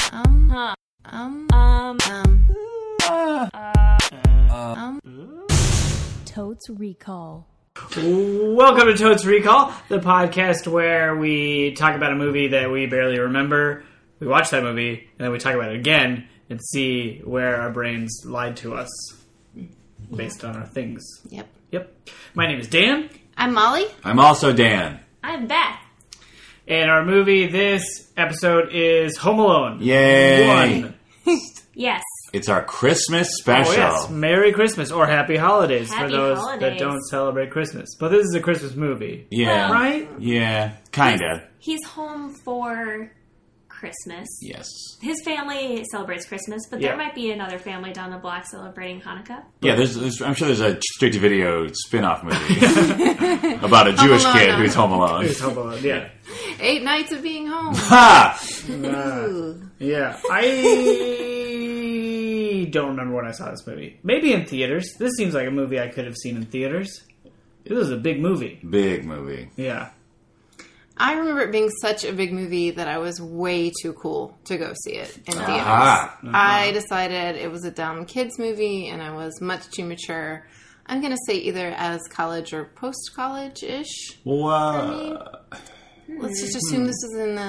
Huh. Um. Um. Um. Totes Recall. Welcome to Totes Recall, the podcast where we talk about a movie that we barely remember. We watch that movie and then we talk about it again and see where our brains lied to us based on our things. Yep. Yep. My name is Dan, I'm Molly. I'm also Dan. I'm Beth. and our movie this episode is Home Alone. Yay! One. Yes. It's our Christmas Oh, special. yes. Merry Christmas or Happy Holidays Happy for those that holidays. don't celebrate Christmas. But this is a Christmas movie, Yeah. right? Yeah. Kinda. He's home for Christmas. Yes. His family celebrates Christmas, but Yeah. there might be another family down the block celebrating Hanukkah. Yeah. There's, there's. I'm sure there's a straight-to-video spin-off movie about a Jewish Alone. kid who's home alone. It's Home Alone, yeah. Eight nights of being home. ha! Yeah, I don't remember when I saw this movie. Maybe in theaters. This seems like a movie I could have seen in theaters. This is a big movie. Big movie. Yeah, I remember it being such a big movie that I was way too cool to go see it in theaters. Ah. I decided it was a dumb kids movie and I was much too mature. I'm going to say either as college or post college ish. Well, uh, Let's just assume this is in the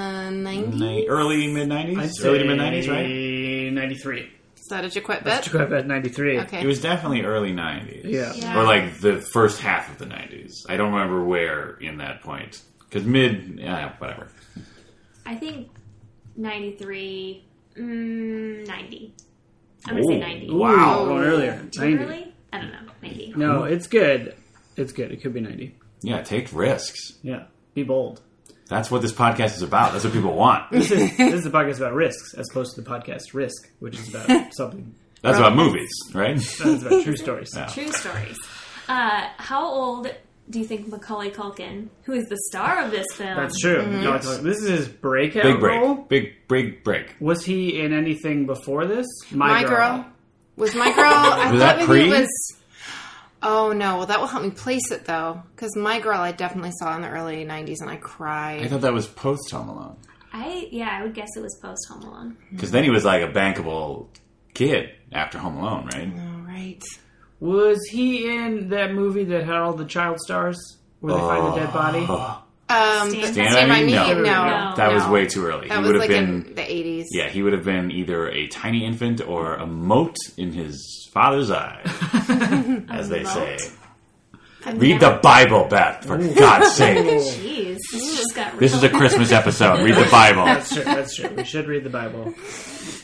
90s. Hmm. ni- early mid '90s, early to mid '90s, right? Ninety three. Is that a Jaquette That's bet? true. At ninety three. Okay. It was definitely early '90s. Yeah. Yeah. Or like the first half of the '90s. I don't remember where in that point. Because mid, yeah, whatever. I think 93, mm, 90. I'm going to Ooh. say 90. Wow, Mm-hmm. Ooh. going earlier. Too Ninety. early? I don't know. Maybe. No, it's good. It's good. It could be ninety. Yeah, take risks. Yeah, be bold. That's what this podcast is about. That's what people want. That's This is, this is a podcast about risks, as opposed to the podcast Risk, which is about something. about movies, right? It's about true stories. True stories. Uh, how old do you think Macaulay Culkin, who is the star of this film, That's true. No, it's- This is his breakout Big break. role. Big big break. Was he in anything before this? My Girl. Was My Girl. I Was that thought maybe pre? it was. Oh no, well that will help me place it though. Because My Girl I definitely saw in the early 90s and I cried. I thought that was post Home Alone I yeah, I would guess it was post Home Alone. because then he was like a bankable kid after Home Alone, right? All right. Was he in that movie that had all the child stars? Where they find the dead body? Uh, Um, Stand Stand, By Stand By Me? Me? Oh. No. No. No. That was No. way too early. That he was would like have been in the 80s. yeah, he would have been either a tiny infant or a mote in his father's eye, as they say. Read the Bible, Beth, for God's sake. Jeez, this just got This is real. a Christmas episode. Read the Bible. That's true. That's true. We should read the Bible.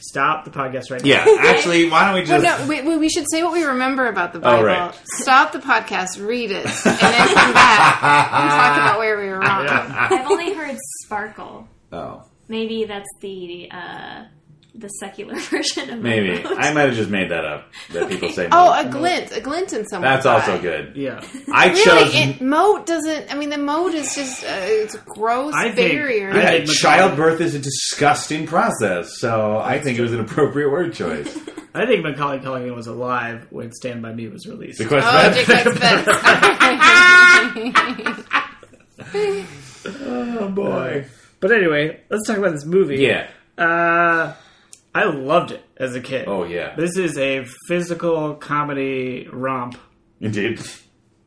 Stop the podcast right Yeah, actually, why don't we Oh, just Oh, no, wait, wait, we should say what we remember about the Bible. right. Stop the podcast, read it, and then come back and talk about where we were wrong. now. Yeah. I've only heard Sparkle. Oh, Maybe that's the uh, the secular version of maybe Remote. I might have just made that up. That people say. Oh, moat. a glint, a glint in someone. that's also good. Yeah. I Really, chose. it, moat doesn't. I mean, the moat is just uh, it's a gross I think- barrier. I- yeah, Macaulay. childbirth is a disgusting process, so I think it was an appropriate word choice. I think Macaulay Culkin was alive when Stand By Me was released. The question. oh, Dick Duck's best. Oh, boy. But anyway, let's talk about this movie. yeah. Uh, I loved it as a kid. Oh yeah. This is a physical comedy romp Indeed.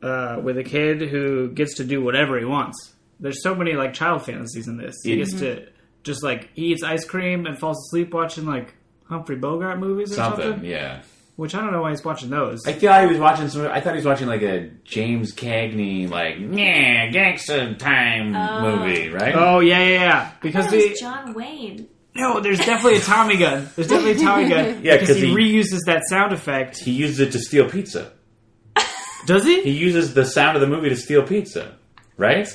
uh, with a kid who gets to do whatever he wants. There's so many like child fantasies in this. He Yeah. gets to Mm-hmm. just like he eats ice cream and falls asleep watching like Humphrey Bogart movies or something. Something. Yeah. Which I don't know why he's watching those. I feel like he was watching some. I thought he was watching like a James Cagney, like yeah, gangster time Oh. movie, right? oh yeah, yeah, yeah. Because That was the John Wayne. no, there's definitely a Tommy gun. There's definitely a Tommy gun. Yeah, because 'cause he, he- reuses that sound effect. He used it to steal pizza. Does He he? uses the sound of the movie to steal pizza, right?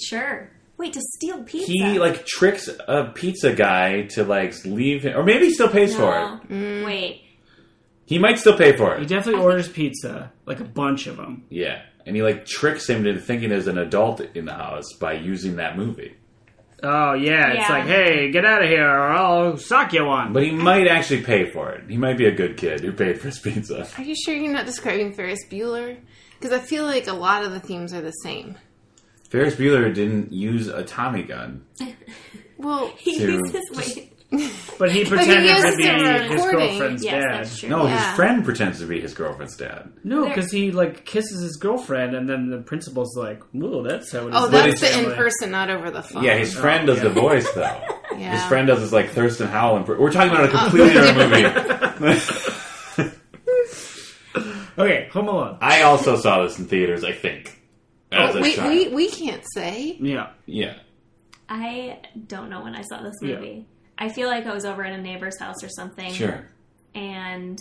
Sure. Wait to steal pizza. he like tricks a pizza guy to like leave him, or maybe he still pays for no. it. Wait. He might still pay for He it. definitely orders pizza, like a bunch of them. Yeah, and he like tricks him into thinking there's an adult in the house by using that movie. Oh yeah, it's Yeah. like, hey, get out of here, or I'll sock you one. But he might actually pay for it. He might be a good kid who paid for his pizza. Are you sure you're not describing Ferris Bueller? Because I feel like a lot of the themes are the same. Ferris Bueller didn't use a Tommy gun. Well, He To uses wait. But he he pretended is to be still his recording. girlfriend's Yes, dad. that's true. No, Yeah. his friend pretends to be his girlfriend's dad. No, because he like kisses his girlfriend, and then the principal's like, "Whoa, that's how it is." Oh, in that's my the in family." person, not over the phone. Yeah, his friend does the voice though. Yeah. His friend does this like Thurston Howell. We're talking about a completely different movie. Okay, Home Alone. I also saw this in theaters. I think. As a we, child. we, we can't say. Yeah, Yeah. I don't know when I saw this Yeah. movie. I feel like I was over at a neighbor's house or something. Sure. And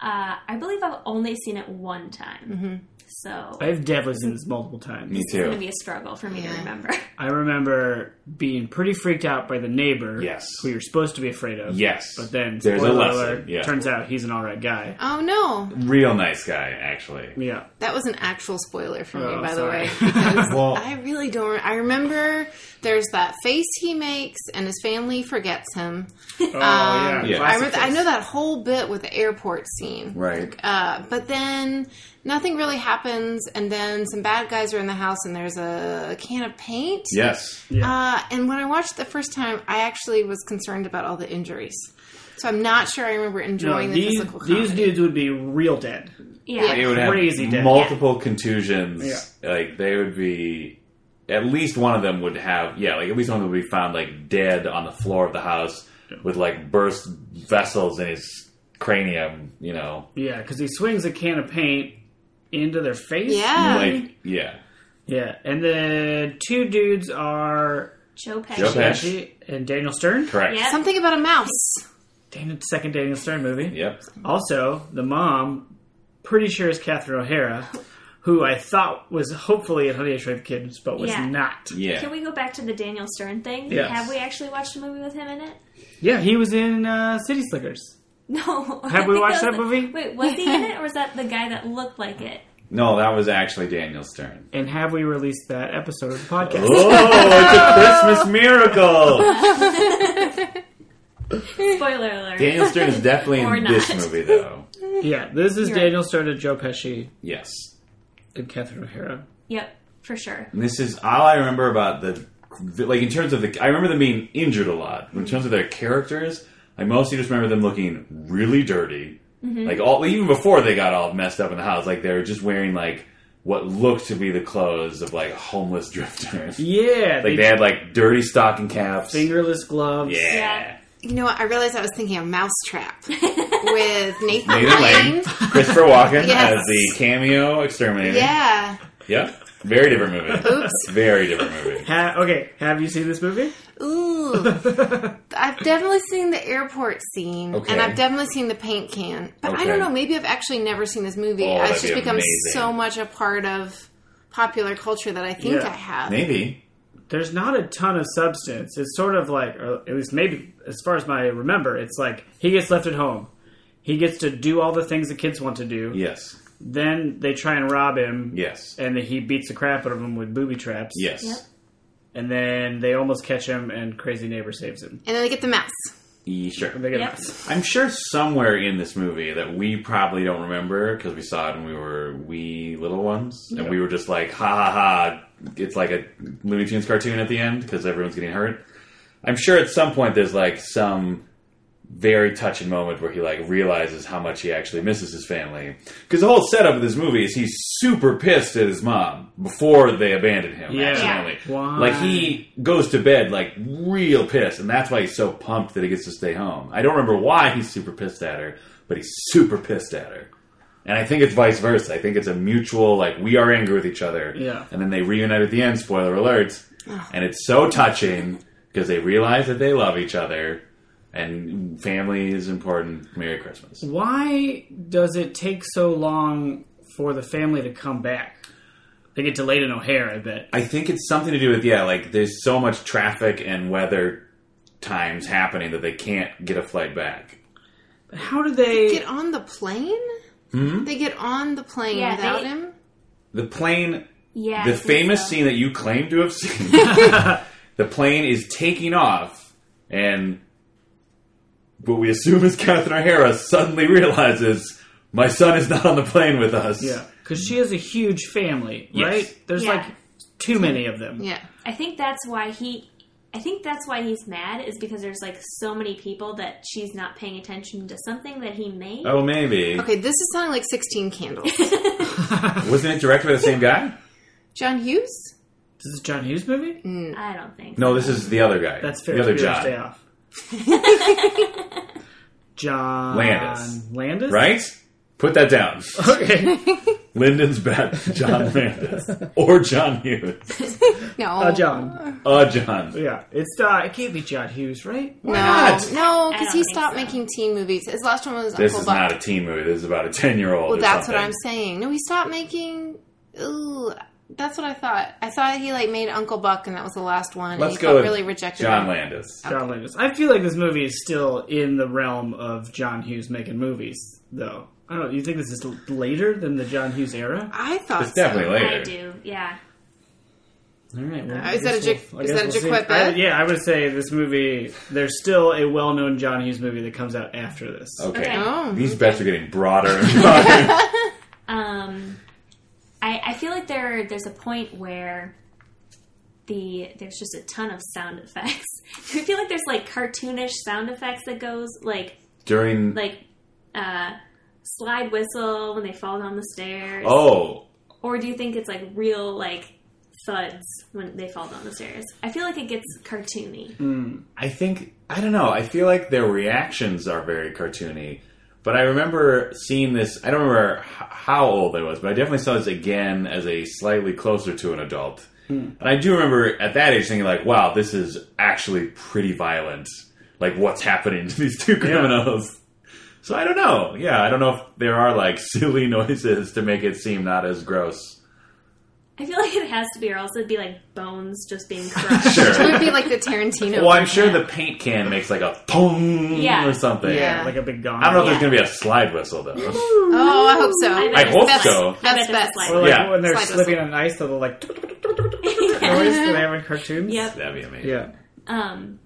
uh, I believe I've only seen it one time. So I've definitely seen this multiple times. Me it's going to too. be a struggle for me to Yeah. remember. I remember being pretty freaked out by the neighbor. Yes. who you're supposed to be afraid of. Yes. but then There's a spoiler lesson, alert, yeah. turns out he's an all right guy. Oh no, Real nice guy, actually. Yeah, that was an actual spoiler for me, Oh, by sorry. the way. because Well- I really don't. re- I remember there's that face he makes, and his family forgets him. oh Um, Yeah. I, remember, I know that whole bit with the airport scene. Right. Uh, but then nothing really happens, and then some bad guys are in the house, and there's a can of paint. Yes. Uh, and when I watched it the first time, I actually was concerned about all the injuries. So I'm not sure I remember No, enjoying the these physical comedy. these dudes would be real dead. yeah. They would have Crazy dead. multiple contusions. Like they would be at least one of them would have yeah, like at least one of them would be found like dead on the floor of the house with like burst vessels in his cranium, you know. Yeah, because he swings a can of paint into their face. Yeah. Like yeah. yeah, and the two dudes are Joe Pesci. Joe Pesci. Pesci and Daniel Stern. Correct. Yeah. Something about a mouse. Daniel, second Daniel Stern movie. Yep. Also, the mom, pretty sure is Catherine O'Hara, who I thought was hopefully in Honey I Shrunk the Kids, but was Yeah. not. Yeah. Can we go back to the Daniel Stern thing? Yes. Have we actually watched a movie with him in it? Yeah, he was in uh, City Slickers. No. I Have we think watched was that the- movie? Wait, was he in it or was that the guy that looked like it? no, that was actually Daniel Stern. And have we released that episode of the podcast? Oh, it's a Christmas miracle. Spoiler alert. Daniel Stern is definitely Or in not. this movie though. yeah, this is You're right. Daniel Stern and Joe Pesci Yes. and Catherine O'Hara. Yep, for sure. And this is all I remember about the, the- like in terms of the. I remember them being injured a lot. In terms of their characters, I mostly just remember them looking really dirty. Mm-hmm. Like all even before they got all messed up in the house, like they were just wearing like what looked to be the clothes of like homeless drifters. Yeah, Like they they had like dirty stocking caps. fingerless gloves. Yeah. Yeah. You know what? I realized I was thinking of Mousetrap with Nathan Nathan Lane, Lane. Christopher Walken Yes. as the cameo exterminator. Yeah. Yep. Very different movie. Oops. Very different movie. Ha- okay, have you seen this movie? Ooh. I've definitely seen the airport scene, Okay. and I've definitely seen the paint can. But I Okay. don't know. Maybe I've actually never seen this movie. Oh, it's that'd just be become amazing. so much a part of popular culture that I think Yeah. I have. Maybe. there's not a ton of substance. It's sort of like, or at least maybe as far as my remember, it's like he gets left at home. He gets to do all the things the kids want to do. Yes. Then they try and rob him. Yes. And then he beats the crap out of him with booby traps. Yes. Yep. And then they almost catch him, and crazy neighbor saves him. And then they get the mouse. E- sure. And they get Yep. us. I'm sure somewhere in this movie that we probably don't remember because we saw it when we were wee little ones, and we were just like, ha ha ha! It's like a Looney Tunes cartoon at the end because everyone's getting hurt. I'm sure at some point there's like some very touching moment where he like realizes how much he actually misses his family because the whole setup of this movie is he's super pissed at his mom before they abandon him Yeah. accidentally Yeah. Why? like he goes to bed like real pissed and that's why he's so pumped that he gets to stay home i don't remember why he's super pissed at her but he's super pissed at her and i think it's vice versa i think it's a mutual like we are angry with each other Yeah. and then they reunite at the end spoiler alert and it's so touching because they realize that they love each other and family is important. Merry Christmas. Why does it take so long for the family to come back? They get delayed in O'Hare, I bet. I think it's something to do with yeah, like there's so much traffic and weather times happening that they can't get a flight back. But how do they? Get on the plane? Hmm? They get on the plane Yeah, without they- him? The plane, Yeah. I the think famous so. scene that you claim to have seen, the plane is taking off, and what we assume is Catherine O'Hara suddenly realizes my son is not on the plane with us. yeah, because she has a huge family, Yes. right? There's Yeah. like too many of them. Yeah. I think that's why he I think that's why he's mad is because there's like so many people that she's not paying attention to something that he made. Oh, maybe. Okay, this is sounding like 16 Candles. Wasn't it directed by the same guy? John Hughes? Is this a John Hughes movie? Mm. I don't think. No, this is the other guy. That's fair. the other Ferris Bueller's Day John, Off. John Landis. Landis, right? Put that down. Okay, Lyndon's bad John Landis or John Hughes. No. uh, John. Uh, John. Yeah, it's uh, it can't be John Hughes, right? No, What? no, I because don't he think stopped so. making teen movies. His last one was This Uncle is Bob. not a teen movie. This is about a ten-year-old. well, or that's what something. I'm saying. No, he stopped making. Ooh, that's what I thought. I thought he like made Uncle Buck, and that was the last one. Let's and he go felt with really rejected. John by- Landis. John Landis. I feel like this movie is still in the realm of John Hughes making movies, though. I don't know. You think this is l- later than the John Hughes era? I thought It's definitely so. I later. do. Yeah. All right. Well, Uh, is that a guess Jac- we'll- I is guess that a we'll Jaquette see. I- Beth? yeah, I would say this movie. There's still a well-known John Hughes movie that comes out after this. Okay. Okay. Oh, These bets are getting broader and broader. Um, I, I feel like there there's a point where the there's just a ton of sound effects. I feel like there's like cartoonish sound effects that goes like During like uh, slide whistle when they fall down the stairs. oh, Or do you think it's like real like thuds when they fall down the stairs? I feel like it gets cartoony. Hmm. I think I don't know. I feel like their reactions are very cartoony. But I remember seeing this. I don't remember h- how old I was, but I definitely saw this again as a slightly closer to an adult. And I do remember at that age thinking like, "Wow, this is actually pretty violent. Like, what's happening to these two criminals?" So I don't know. Yeah, I don't know if there are like silly noises to make it seem not as gross. I feel like it has to be, or else it'd be like bones just being crushed. it Sure. would be like the Tarantino. well, Oh, I'm sure the paint can makes like a pong Yeah. or something. Yeah. Like a big gong. I don't know if Yeah. there's gonna be a slide whistle though. oh, I hope so. I I bet hope it's a so. slide. I bet That's it's a best. slide. Or like Yeah. when they're Slide slipping whistle. on ice, they'll like Yeah. noise that they have in cartoons. Yep. That'd be amazing. Yeah. Um,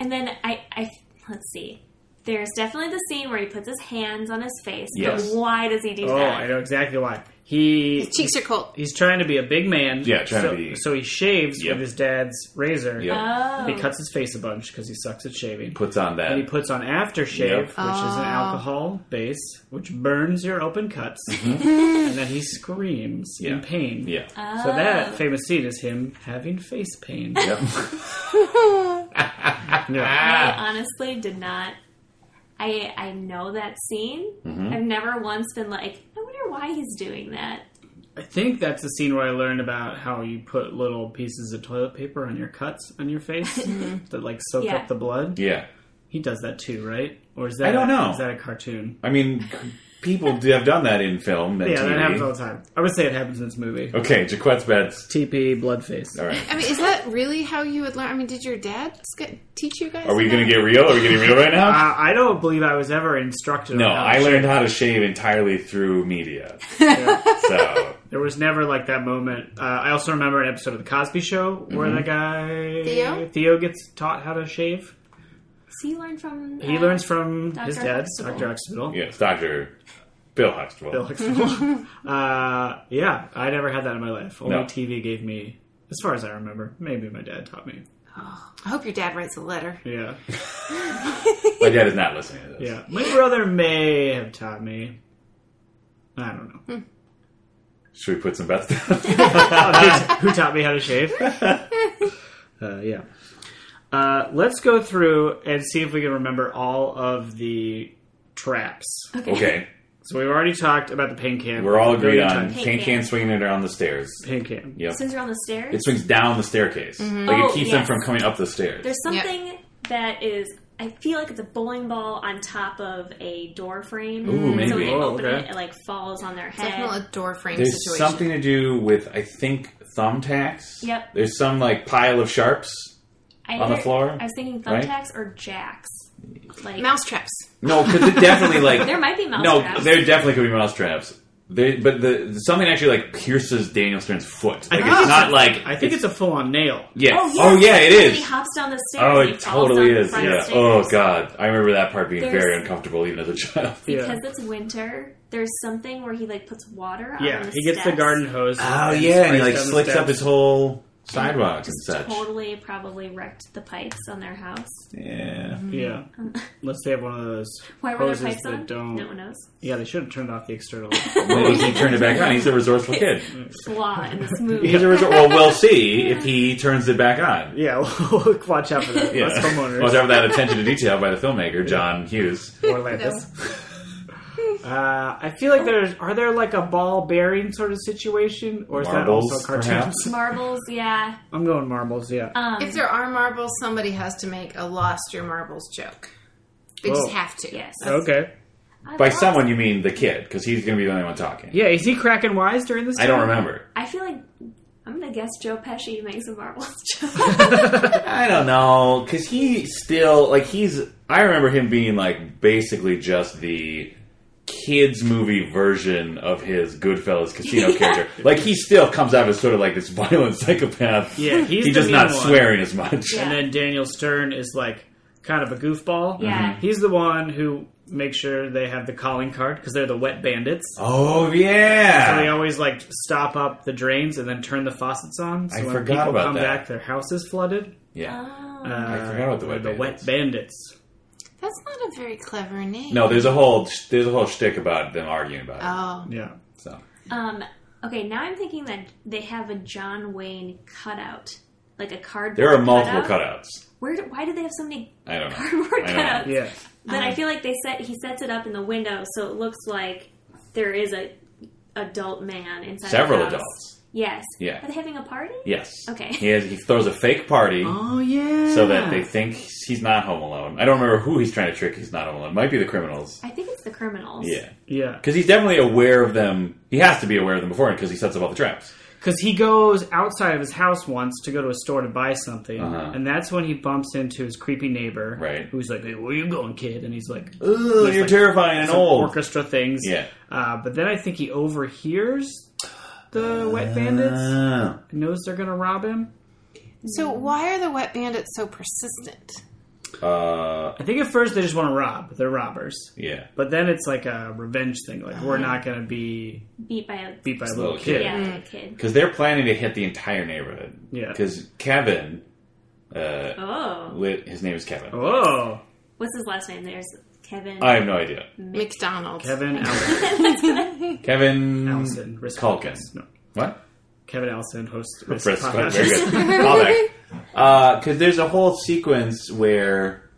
and then I, I let's see. There's definitely the scene where he puts his hands on his face. Yes. But why does he do Oh, that? I know exactly why. He His cheeks are cold. he's trying to be a big man. Yeah, trying to so, be- So he shaves Yep. with his dad's razor. Yep. Oh. He cuts his face a bunch because he sucks at shaving. Puts on that. And he puts on aftershave, Yep. which is Oh. an alcohol base, which burns your open cuts, and then he screams Mm-hmm. Yeah. in pain. yeah. Uh. So Oh. that famous scene is him having face pain. Yep. Yeah. I honestly did not. I I know that scene. Mm-hmm. I've never once been like, I wonder why he's doing that. I think that's the scene where I learned about how you put little pieces of toilet paper on your cuts on your face that like soak Yeah. up the blood. yeah. He does that too, right? Or is that I don't know. Is that a cartoon? I mean, people do have done that in film and Yeah, TV. that happens all the time. I would say it happens in this movie. okay, Jaquette's beds. TP Bloodface. All right. I mean, is that really how you would learn? I mean, did your dad sc- teach you guys? Are we that? gonna get real? Are we getting real right now? Uh, I don't believe I was ever instructed. No, on how to I shave. learned how to shave entirely through media. So There was never like that moment. Uh, I also remember an episode of the Cosby Show where Mm-hmm. the guy Theo? gets taught how to shave. So you learn from He uh, learns from his Dr. dad, Huxtable. Doctor Huxtable. yes, Doctor Bill Huxtable. Bill Huxtable. uh, yeah, I never had that in my life. Only No. TV gave me, as far as I remember. Maybe my dad taught me. I hope your dad writes a letter. Yeah, My dad is not listening to this. yeah. My brother may have taught me. I don't know. Should we put some bets down? who taught me how to shave. uh, yeah. Uh, let's go through and see if we can remember all of the traps. okay. So we've already talked about the paint can. We're all agreed Billion on times. Paint paint can. can swinging it around the stairs. paint can. Yep. Since you're on the stairs, It swings down the staircase. Like Oh, it keeps them yes. from coming up the stairs. there's something that is. I feel like it's a bowling ball on top of a door frame. Ooh, So when maybe. you Oh, open okay. it, it like falls on their head. Definitely a door frame There's situation. something to do with I think thumbtacks. Yep. There's some like pile of sharps. I on the heard- floor, I was thinking right? thumbtacks or jacks. Like Mouse traps. No, because it definitely like There might be mouse no, traps. there definitely could be mouse traps. They, but the something actually like pierces Daniel Stern's foot. Like, think it's it's- not like Ah! I think it's, a full on nail. yeah. Oh, yes. yeah, it Somebody is. hops down the stairs. Oh, and it he falls totally down the is. front Yeah. stairs. Oh god, I remember that part being There's- very uncomfortable even as a child. Because Yeah. it's winter, there's something where he like puts water. Yeah, on the he gets the steps. garden hose. Oh yeah, and he like sprays down the slicks up steps. his whole sidewalks and just such. totally probably wrecked the pipes on their house. Yeah. Yeah. Unless they have one of those. Why were Hoses there pipes that on? don't- No one knows. Yeah, they should have turned off the external. Maybe he turned it back on. He's a resourceful kid. Flaw in this movie. He's a resor- well, we'll see if he turns it back on. yeah, we'll watch out for that. Yeah. Us homeowners. Well, after that attention to detail by the filmmaker John Hughes. Or Atlantis. Uh, I feel like there's are there like a ball bearing sort of situation, or is Marbles, that also cartoons? perhaps? Marbles, yeah. I'm going marbles. Yeah, Um, If there are marbles, somebody has to make a lost your marbles joke. They Whoa. just have to. Yes. okay. I By lost- someone, you mean the kid, because he's going to be the only one talking. Yeah, is he cracking wise during this? I don't time? remember. I feel like I'm gonna guess Joe Pesci makes a marbles joke. I don't know, because he still like he's. I remember him being like basically just the kids movie version of his Goodfellas casino Yeah. character. Like he still comes out as sort of like this violent psychopath. Yeah, he's he the does not mean one. swearing as much. Yeah. And then Daniel Stern is like kind of a goofball. Mm-hmm. Yeah. Mhm. he's the one who makes sure they have the calling card because they're the wet bandits. Oh So they yeah, always like stop up the drains and then turn the faucets on. So I when forgot people about come that. back, their house is flooded. yeah. Oh. Uh, I forgot about the they're wet the wet bandits. bandits. That's not a very clever name. No, there's a whole there's a whole shtick about them arguing about it. Oh. Yeah. So Um, okay, now I'm thinking that they have a John Wayne cutout, like a cardboard. there are multiple cutout. cutouts. Where? do- why do they have so many I don't know. cardboard I don't know. cutouts? Yeah. But I feel like they set he sets it up in the window, so it looks like there is a adult man inside. Several the house. adults. Yes. Yeah. Are they having a party? Yes. Okay. He has, he throws a fake party. Oh yeah. so that they think he's not home alone. I don't remember who he's trying to trick. He's not home alone. Might be the criminals. I think it's the criminals. Yeah, yeah. because he's definitely aware of them. He has to be aware of them beforehand because he sets up all the traps. Because he goes outside of his house once to go to a store to buy something, Uh-huh. and that's when he bumps into his creepy neighbor, Right. Who's like, hey, "Where you going, kid?" And he's like, Ooh, There's you're like terrifying and some old. orchestra things. Yeah. Uh, but then I think he overhears the wet bandits, Ah. knows they're gonna rob him. So why are the wet bandits so persistent? Uh, I think at first they just want to rob; they're robbers. yeah. But then it's like a revenge thing. Like we're not gonna be Beat by a beat by a Little little, kid. kid. yeah, by a kid. Because they're planning to hit the entire neighborhood. Yeah. Because Kevin, uh, Oh. lit, his name is Kevin. Oh, What's his last name? There's Kevin. I have no idea. McDonald's. Kevin Allison. Kevin Allison. Risk Culkin. Podcast. No, What? Kevin Allison hosts Risk Press button. Podcast. Very good. Callback. Because there's a whole sequence where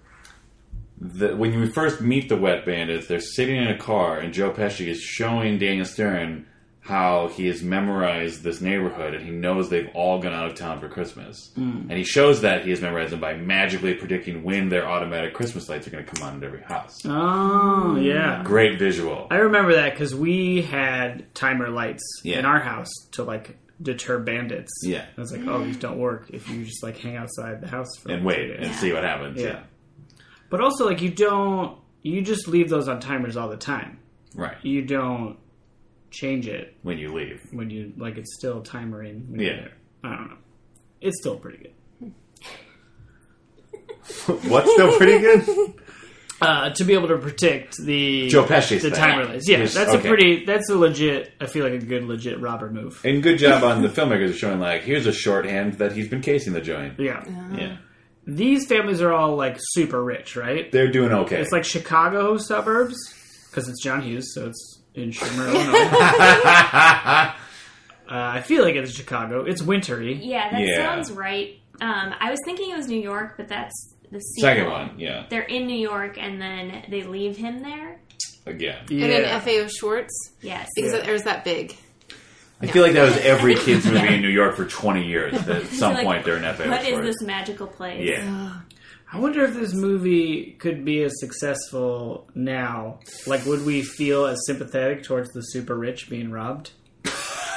the, when you first meet the Wet Bandits, they're sitting in a car, and Joe Pesci is showing Daniel Stern how he has memorized this neighborhood and he knows they've all gone out of town for Christmas. And he shows that he has memorized them by magically predicting when their automatic Christmas lights are going to come on at every house. Oh, yeah. Great visual. I remember that because we had timer lights Yeah. in our house to like deter bandits. Yeah. I was like, oh, these don't work if you just like hang outside the house for And like, three wait days. and see what happens. Yeah. But also, like, you don't. You just leave those on timers all the time. Right. You don't change it When you leave. when you like. It's still timering. When Yeah. You're there. I don't know. It's still pretty good. What's still pretty good? Uh, to be able to predict the Joe Pesci's the thing. timer lights. Yeah, Yes, that's okay. a pretty. That's a legit. I feel like a good legit robber move. And good job on the filmmakers of showing like here's a shorthand that he's been casing the joint. Yeah. Mm-hmm. Yeah, These families are all like super rich, right? they're doing okay. It's like Chicago suburbs because it's John Hughes, so it's in Schumer, Illinois. uh, I feel like it's Chicago. It's wintry. yeah, that Yeah. sounds right. Um, I was thinking it was New York, but that's the sequel. second one. Yeah, They're in New York, and then they leave him there. again. And then FAO Schwartz. Yes. Because it- there's that big. I feel like that was every kids movie in New York for 20 years. That at some Like, point they're in FA. What is this magical place? Yeah, I wonder if this movie could be as successful now. Like, would we feel as sympathetic towards the super rich being robbed?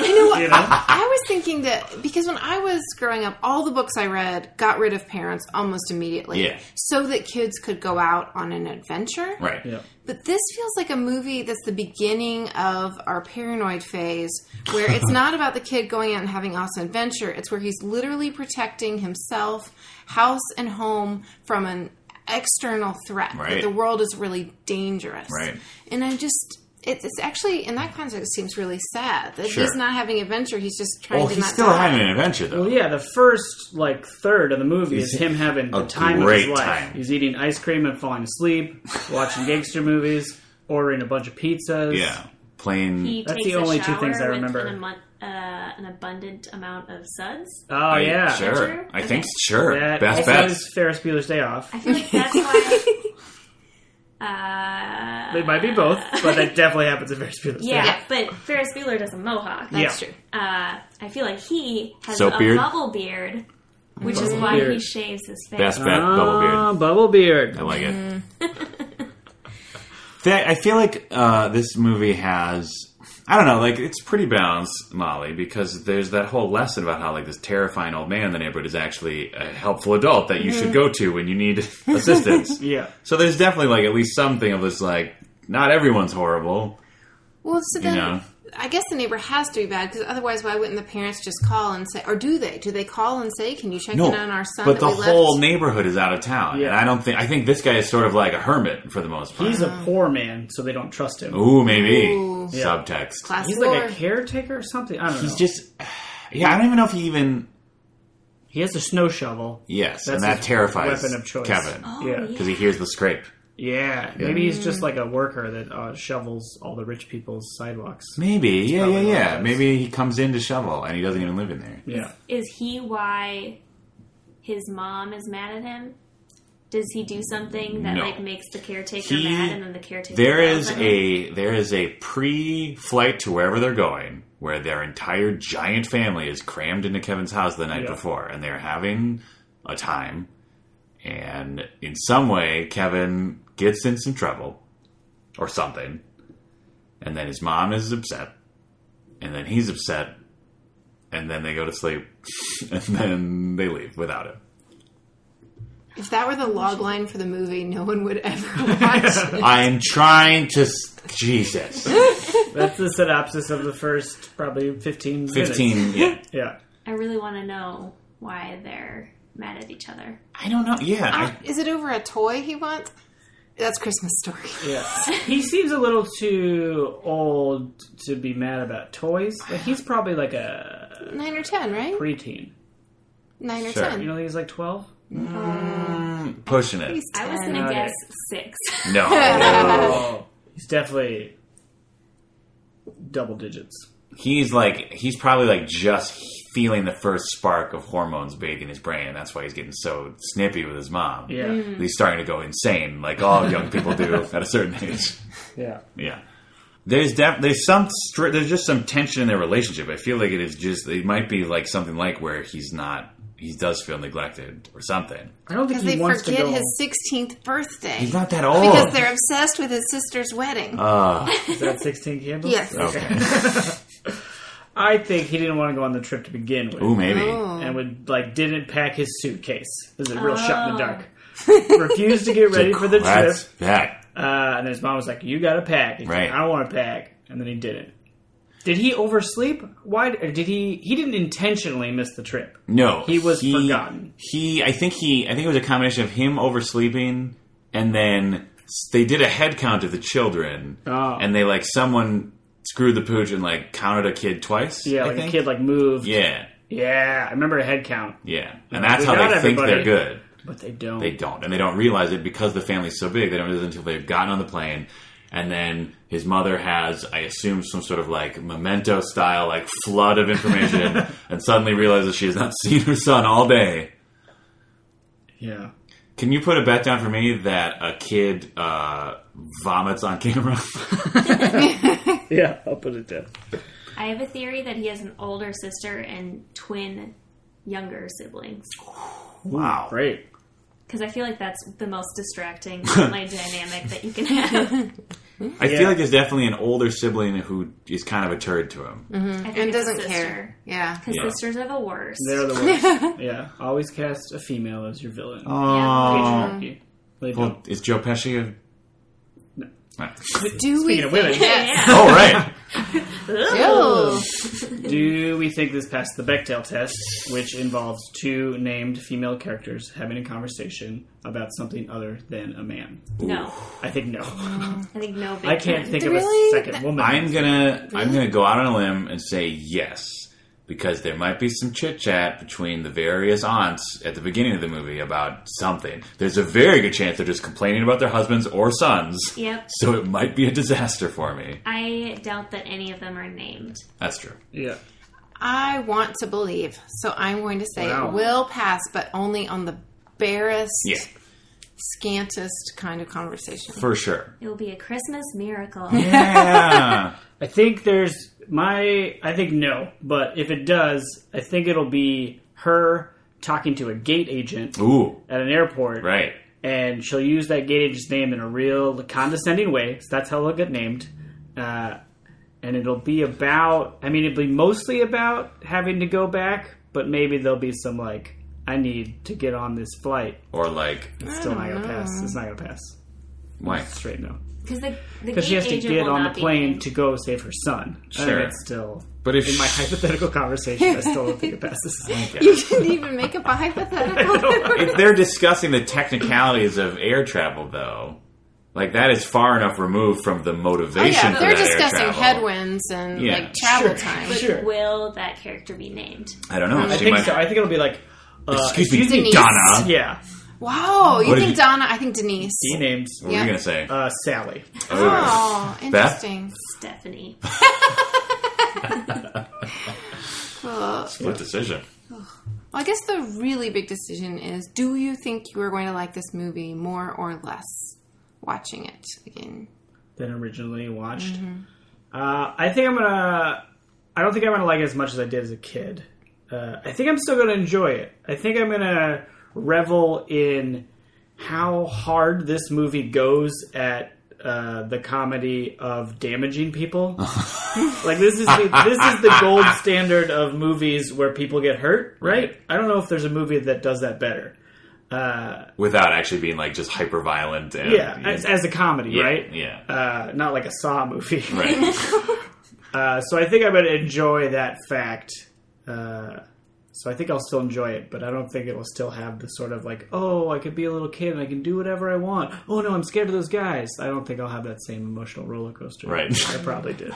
You know what? You know? I was thinking that because when I was growing up, all the books I read got rid of parents almost immediately. Yeah. So that kids could go out on an adventure. right. yeah. But this feels like a movie that's the beginning of our paranoid phase, where it's not about the kid going out and having awesome adventure. It's where he's literally protecting himself, house and home from an external threat. Right. That the world is really dangerous. Right. And I just It's, it's actually in that context seems really sad that Sure. he's not having adventure. He's just trying Well, to he's not still die. having an adventure though. Well, yeah, the first like third of the movie He's is him having a the time of his great life. time. He's eating ice cream and falling asleep, watching gangster movies, ordering a bunch of pizzas. Yeah, playing. He That's takes the only a two shower things I with remember. An, amu- uh, an abundant amount of suds. Oh I- yeah. sure. True? I Okay. think sure. That, Best that bet. was Ferris Bueller's Day Off. I feel like that's why. Uh, They might be both, but that definitely happens in Ferris Bueller's yeah, Day Off. Yeah. but Ferris Bueller does a mohawk. That's Yeah. true. Uh, I feel like he has Soap a beard? bubble beard, which is why he beard. shaves his face. Best bet. Bubble beard. Ah, Bubble beard. I like it. Mm. That- I feel like uh, this movie has. I don't know, like it's pretty balanced, Molly, because there's that whole lesson about how like this terrifying old man in the neighborhood is actually a helpful adult that you Mm-hmm. should go to when you need assistance. Yeah. So there's definitely like at least something of this like not everyone's horrible. Well, so then know. I guess the neighbor has to be bad because otherwise, why wouldn't the parents just call and say, or do they? Do they call and say, "Can you check in on our son?" that but the we whole left? neighborhood is out of town, and Yeah. I don't think I think this guy is sort of like a hermit for the most part. He's a poor man, so they don't trust him. Ooh, maybe Ooh. Yeah. subtext. class He's like war. a caretaker or something. I don't know. He's just, yeah, I don't even know if he even he has a snow shovel. Yes, That's and that his terrifies weapon of choice. Kevin Oh, Mm. Yeah. because he hears the scrape. Yeah, maybe he's just like a worker that uh, shovels all the rich people's sidewalks. Maybe, yeah, yeah, probably what yeah. it is. Maybe he comes in to shovel and he doesn't even live in there. Yeah. Is he why his mom is mad at him? Does he do something that No. like makes the caretaker He- mad, and then the caretaker? There yells is at him? a there is a pre-flight to wherever they're going where their entire giant family is crammed into Kevin's house the night Yeah. before and they're having a time. And in some way, Kevin gets in some trouble or something, and then his mom is upset, and then he's upset, and then they go to sleep, and then they leave without him. If that were the log line for the movie, no one would ever watch it. I'm trying to. s- Jesus. That's the synopsis of the first probably 15 minutes. 15. Yeah. Yeah. I really want to know why they're mad at each other. I don't know. Yeah. I, Uh, Is it over a toy he wants? That's Christmas story. Yeah. he seems a little too old to be mad about toys. Like he's probably like a Nine or ten, right? preteen. Nine or Sure. You ten. know, he's like 12. Mm, pushing it. He's I was 10. gonna Okay. guess six. No. Oh. He's definitely double digits. he's like, he's probably like just feeling the first spark of hormones bathing his brain. That's why he's getting so snippy with his mom. Yeah. Mm. Mm-hmm. He's starting to go insane, like all young people do at a certain age. Yeah. Yeah. There's def- there's some str- there's just some tension in their relationship. I feel like it is just it might be like something like where he's not he does feel neglected or something. I don't think Because he they wants to forget go. his sixteenth birthday. He's not that old. because they're obsessed with his sister's wedding. uh, Is that 16 candles? Yes. okay. I think he didn't want to go on the trip to begin with. Ooh, maybe. Oh. and would like didn't pack his suitcase. This is a real shot in the dark. Refused to get ready for the trip, That's that. uh, and his mom was like, "You got to pack." He's like, Right. I don't want to pack, and then he didn't. Did he oversleep? Why or did he? He didn't intentionally miss the trip. No, He was forgotten. He, I think he, I think it was a combination of him oversleeping and then s- they did a head count of the children, Oh. and they like someone screwed the pooch and like counted a kid twice. Yeah, I like think. a kid like moved. Yeah, Yeah, I remember a head count, yeah, and that's We how got they think they're everybody. good. but they don't. They don't, and they don't realize it because the family's so big. They don't realize it until they've gotten on the plane. And then his mother has, I assume, some sort of like memento style, like flood of information, and suddenly realizes she has not seen her son all day. yeah. Can you put a bet down for me that a kid uh, vomits on camera? Yeah, I'll put it down. I have a theory that he has an older sister and twin younger siblings. wow. Great. Because I feel like that's the most distracting family dynamic that you can have. I Yeah. feel like there's definitely an older sibling who is kind of a turd to him. I think and it's a doesn't sister. care. Yeah. Because Yeah. sisters are the worst. They're the worst. yeah, always cast a female as your villain. Oh. Patriarchy. They Well, is Joe Pesci a. Do we Speaking of women. think- Yes. Yeah. oh right, Ew. Do we think this passed the Bechtel test, which involves two named female characters having a conversation about something other than a man? No, I think no. I think no. Big I can't think Really? of a second woman. I'm gonna I'm gonna go out on a limb and say yes because there might be some chit chat between the various aunts at the beginning of the movie about something. There's a very good chance they're just complaining about their husbands or sons. Yep. So it might be a disaster for me. I doubt that any of them are named. That's true. yeah. I want to believe, so I'm going to say Wow. it will pass, but only on the barest, Yeah, scantest kind of conversation. for sure. It will be a Christmas miracle. Yeah. I think there's my. I think no, but if it does, I think it'll be her talking to a gate agent Ooh. at an airport, Right. and she'll use that gate agent's name in a real condescending way. So that's how they'll get named. Uh, and it'll be about. I mean, it'll be mostly about having to go back, but maybe there'll be some like, I need to get on this flight. Or like It's still not gonna pass. It's not gonna pass. why? Straight no. Because the, the Because she gate has to agent get will on the not be plane named. to go save her son. I think Sure. it's still. But if in my hypothetical conversation, I still don't think it passes. You didn't even make up a hypothetical. if they're discussing the technicalities of air travel, though, like that is far enough removed from the motivation yeah, for they're that discussing air travel. headwinds and Yeah. like travel Sure. time. But Sure. will that character be named? I don't know. I She think might- so. I think it'll be like. Uh, Excuse me, Denise. Donna. Yeah, Wow, you What did think you- Donna? I think Denise. D names. What were Yeah. you gonna say? Uh, Sally. Oh, Beth? interesting. Stephanie. Cool. Split decision. Well, I guess the really big decision is do you think you are going to like this movie more or less watching it again? than originally watched. Uh, I think I'm gonna. I don't think I'm gonna like it as much as I did as a kid. Uh, I think I'm still gonna enjoy it. I think I'm gonna revel in how hard this movie goes at uh, the comedy of damaging people. like this is the, this is the gold standard of movies where people get hurt, right? I don't know if there's a movie that does that better. Without actually being like just hyper violent and Yeah, as, as a comedy, yeah, right? Yeah. Uh, not like a Saw movie. right. Uh, so I think I'm going to enjoy that fact. Uh, so I think I'll still enjoy it, but I don't think it'll still have the sort of like, oh, I could be a little kid and I can do whatever I want. Oh no, I'm scared of those guys. I don't think I'll have that same emotional roller coaster. Right. I probably did.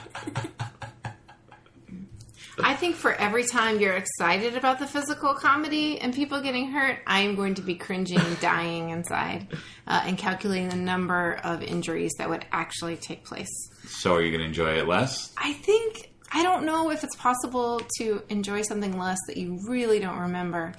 I think for every time you're excited about the physical comedy and people getting hurt, I am going to be cringing, dying inside, uh, and calculating the number of injuries that would actually take place. so are you gonna enjoy it less? I think I don't know if it's possible to enjoy something less that you really don't remember.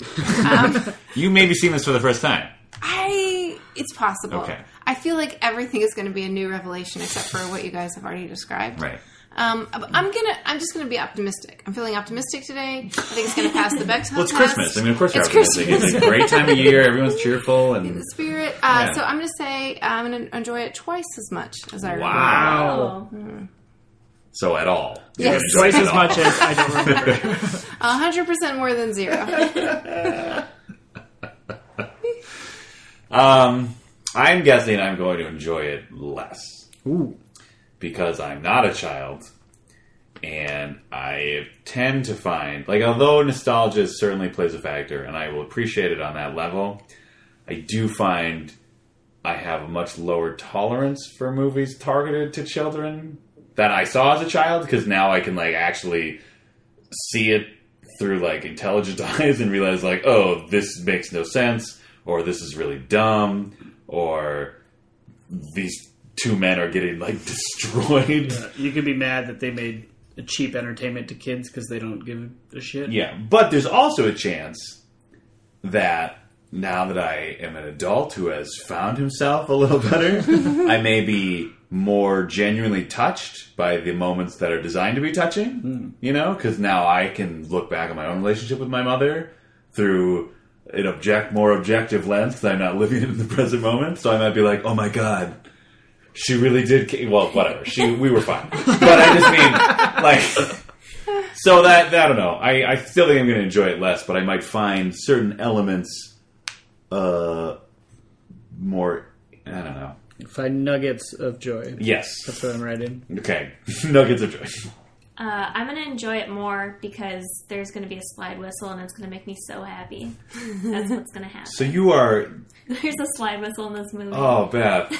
You may be seeing this for the first time. I it's possible. Okay. I feel like everything is going to be a new revelation except for what you guys have already described. Right. Um, but I'm gonna. I'm just gonna be optimistic. I'm feeling optimistic today. I think it's gonna pass the Bechdel Well, it's test. Christmas. I mean, of course, It's you're optimistic. It's a great time of year. Everyone's cheerful and The spirit. Uh, Yeah. So I'm gonna say uh, I'm gonna enjoy it twice as much as I remember. wow. Oh, So at all. You're Yes. gonna enjoy Twice it as at all. much as I don't remember. hundred percent more than zero. Um, I'm guessing I'm going to enjoy it less Ooh. because I'm not a child, and I tend to find like although nostalgia certainly plays a factor, and I will appreciate it on that level, I do find I have a much lower tolerance for movies targeted to children that I saw as a child because now I can like actually see it through like intelligent eyes and realize like oh this makes no sense or this is really dumb or these two men are getting like destroyed You could be mad that they made a cheap entertainment to kids because they don't give a shit. Yeah, but there's also a chance that now that I am an adult who has found himself a little better, I may be more genuinely touched by the moments that are designed to be touching. You know, because now I can look back on my own relationship with my mother through an object, more objective lens because I'm not living in the present moment. So I might be like, oh my god. She really did. Ki-. Well, whatever. She, we were fine. But I just mean, like, so that, that I don't know. I, I still think I'm going to enjoy it less, but I might find certain elements uh more I don't know. Find nuggets of joy. Yes. That's what I'm writing. Okay. Nuggets of joy. Uh, I'm going to enjoy it more because there's going to be a slide whistle and it's going to make me so happy. That's what's going to happen. So you are. There's a slide whistle in this movie. Oh, Beth.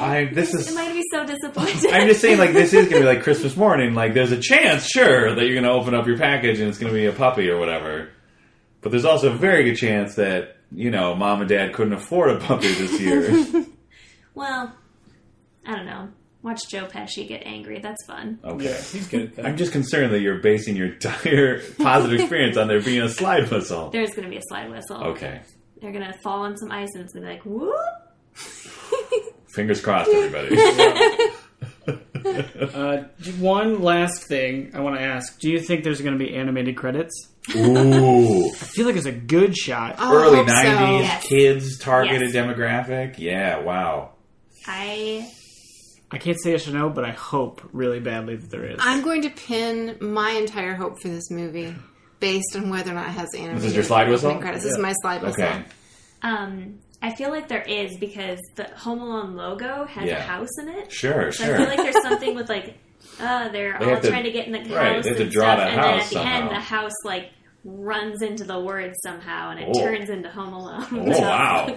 I. This It is. might be so disappointed. I'm just saying, like, this is gonna be like Christmas morning. Like, there's a chance, sure, that you're gonna open up your package and it's gonna be a puppy or whatever. But there's also a very good chance that you know, mom and dad couldn't afford a puppy this year. well, I don't know. Watch Joe Pesci get angry. That's fun. Okay. he's good at that. I'm just concerned that you're basing your entire positive experience on there being a slide whistle. There's going to be a slide whistle. Okay. They're going to fall on some ice and it's going to be like, whoop. Fingers crossed, everybody. Uh, j- one last thing I want to ask: Do you think there's going to be animated credits? Ooh. I feel like it's a good shot. Oh, I Early hope so. 90s, Yes. kids, targeted Yes. demographic. Yeah, wow. I. I can't say yes or no, but I hope really badly that there is. I'm going to pin my entire hope for this movie based on whether or not it has animated. This is your slide whistle? Credits. This is my slide whistle. Okay. Um, I feel like there is because the Home Alone logo has Yeah. a house in it. Sure, So I feel sure. like there's something with like, uh, they're They all have to- trying to get in the house right, they have to and draw stuff, that and house then at the somehow. end, the house like runs into the words somehow, and it Oh. turns into Home Alone. Oh, So- wow.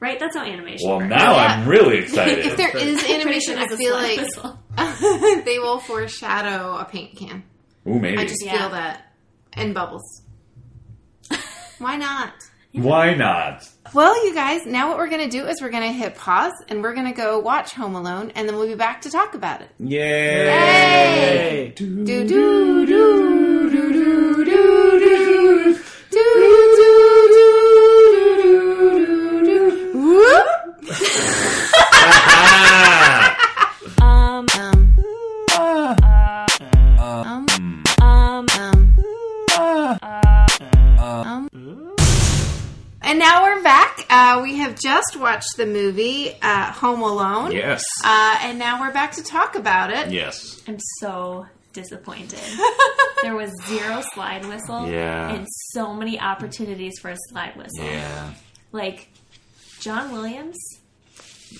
right, that's how animation. Well, works. now Yeah. I'm really If excited. there is I'm pretty animation, sure I there's a feel slide like whistle. they will foreshadow a paint can. Ooh, I maybe. just Yeah. feel that. And bubbles. Why not? Why not? Well, you guys, now what we're going to do is we're going to hit pause and we're going to go watch Home Alone and then we'll be back to talk about it. Yay! Hey! Do do do do do do do do do do do do do Ah! Um, um um um um um and now we're back. Uh, we have just watched the movie uh, Home Alone. Yes. Uh, and now we're back to talk about it. Yes. I'm so disappointed. there was zero slide whistle, Yeah. and so many opportunities for a slide whistle. Yeah. Like John Williams.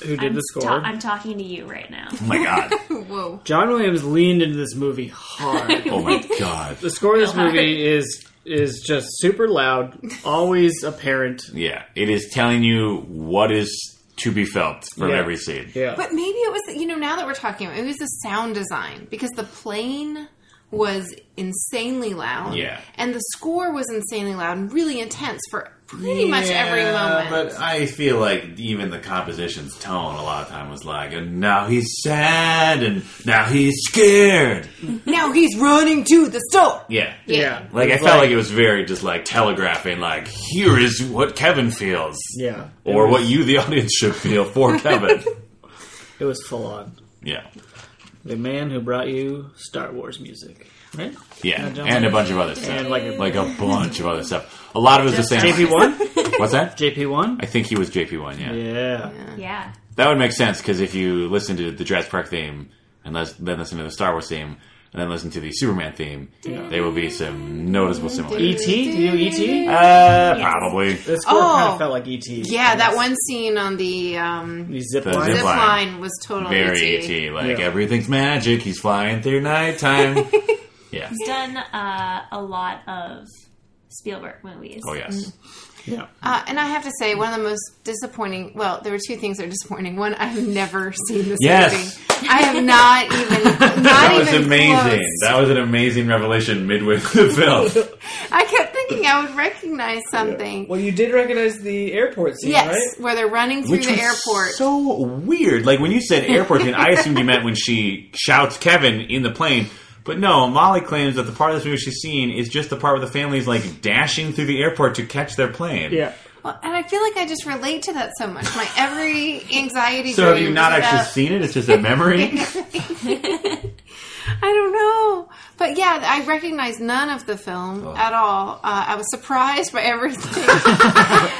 Who did I'm, the score? ta- I'm talking to you right now. Oh my god. Whoa. John Williams leaned into this movie hard. Oh my god. the score of this Real hard. movie is is just super loud, always apparent. Yeah. It is telling you what is to be felt from Yeah. every scene. Yeah. But maybe it was, you know, now that we're talking about it, it was the sound design because the plane was insanely loud. Yeah. And the score was insanely loud and really intense for pretty much every Yeah, moment. But I feel like even the composition's tone a lot of time was like, and now he's sad, and now he's scared. now he's running to the store. Yeah. yeah. Like I It's felt like, it was very just like telegraphing, like here is what Kevin feels, yeah. It or was- what you, the audience, should feel for Kevin. It was full on. yeah, The man who brought you Star Wars music, right? yeah, John and a bunch of other stuff, And like a, like a bunch of other stuff. A lot of it was the same. JP one, What's that? JP one. I think he was JP one. Yeah. Yeah. Yeah. that would make sense because if you listen to the Jurassic Park theme and les- then listen to the Star Wars theme and then listen to the Superman theme, there will be some noticeable similarities. ET, do you E do ET? Uh, probably. The score kind Oh. of felt like ET. Yeah, that one scene on the um, You zip The line. zip zip line. line was totally Very ET. ET. Like Yeah. everything's magic. He's flying through nighttime. yeah. He's done uh, a lot of Spielberg movies. Oh yes. Yeah. Uh, and I have to say, one of the most disappointing. Well, there were two things that were disappointing. One, I've never seen this Yes. movie. I have not even. Not That was even amazing. close. That was an amazing revelation midway through the film. I kept thinking I would recognize something. Well, you did recognize the airport scene, Yes, right? where they're running through the was airport. So weird. Like when you said airport scene, I assumed you meant when she shouts Kevin in the plane. But no, Molly claims that the part of this movie she's seen is just the part where the family's like dashing through the airport to catch their plane. Yeah. well, and I feel like I just relate to that so much. My every anxiety. So have dream you is not about- actually seen it? It's just a memory. I don't know, but yeah, I recognized none of the film Oh. at all. Uh, I was surprised by everything,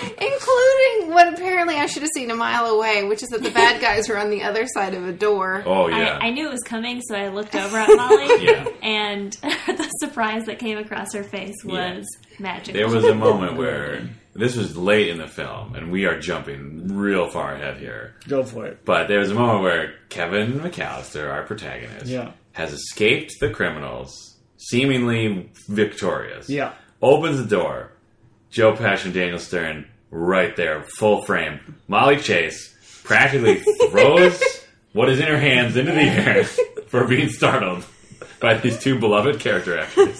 including what apparently I should have seen a mile away, which is that the bad guys were on the other side of a door. oh yeah. I, I knew it was coming, so I looked over at Molly, Yeah. and the surprise that came across her face was magical. There was a moment where This was late in the film, and we are jumping real far ahead here. Go for it. But there's a moment where Kevin McAllister, our protagonist, Yeah. has escaped the criminals, seemingly victorious. Yeah. Opens the door. Joe Pesci and Daniel Stern right there, full frame. Molly Chase practically throws what is in her hands into the air for being startled by these two beloved character actors.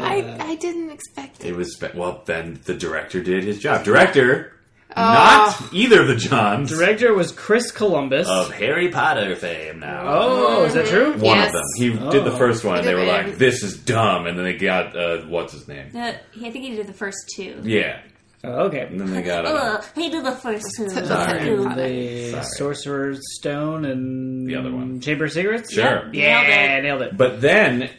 I, I didn't expect it. It was spe- well. Then the director did his job. Director, not either of the Johns Director was Chris Columbus. of Harry Potter fame. Now, oh, is that true? one Yes. of them. He did the Oh. first one, and He they did were it. like, "This is dumb," and then they got uh, what's his name? Uh, he- I think he did the first two. Yeah, Oh, okay. and then they got uh, Ugh, he did the first two. Sorry. Ooh. The Sorry. Sorcerer's Stone and The other one. Chamber of Secrets. sure. Yeah, nailed it. But then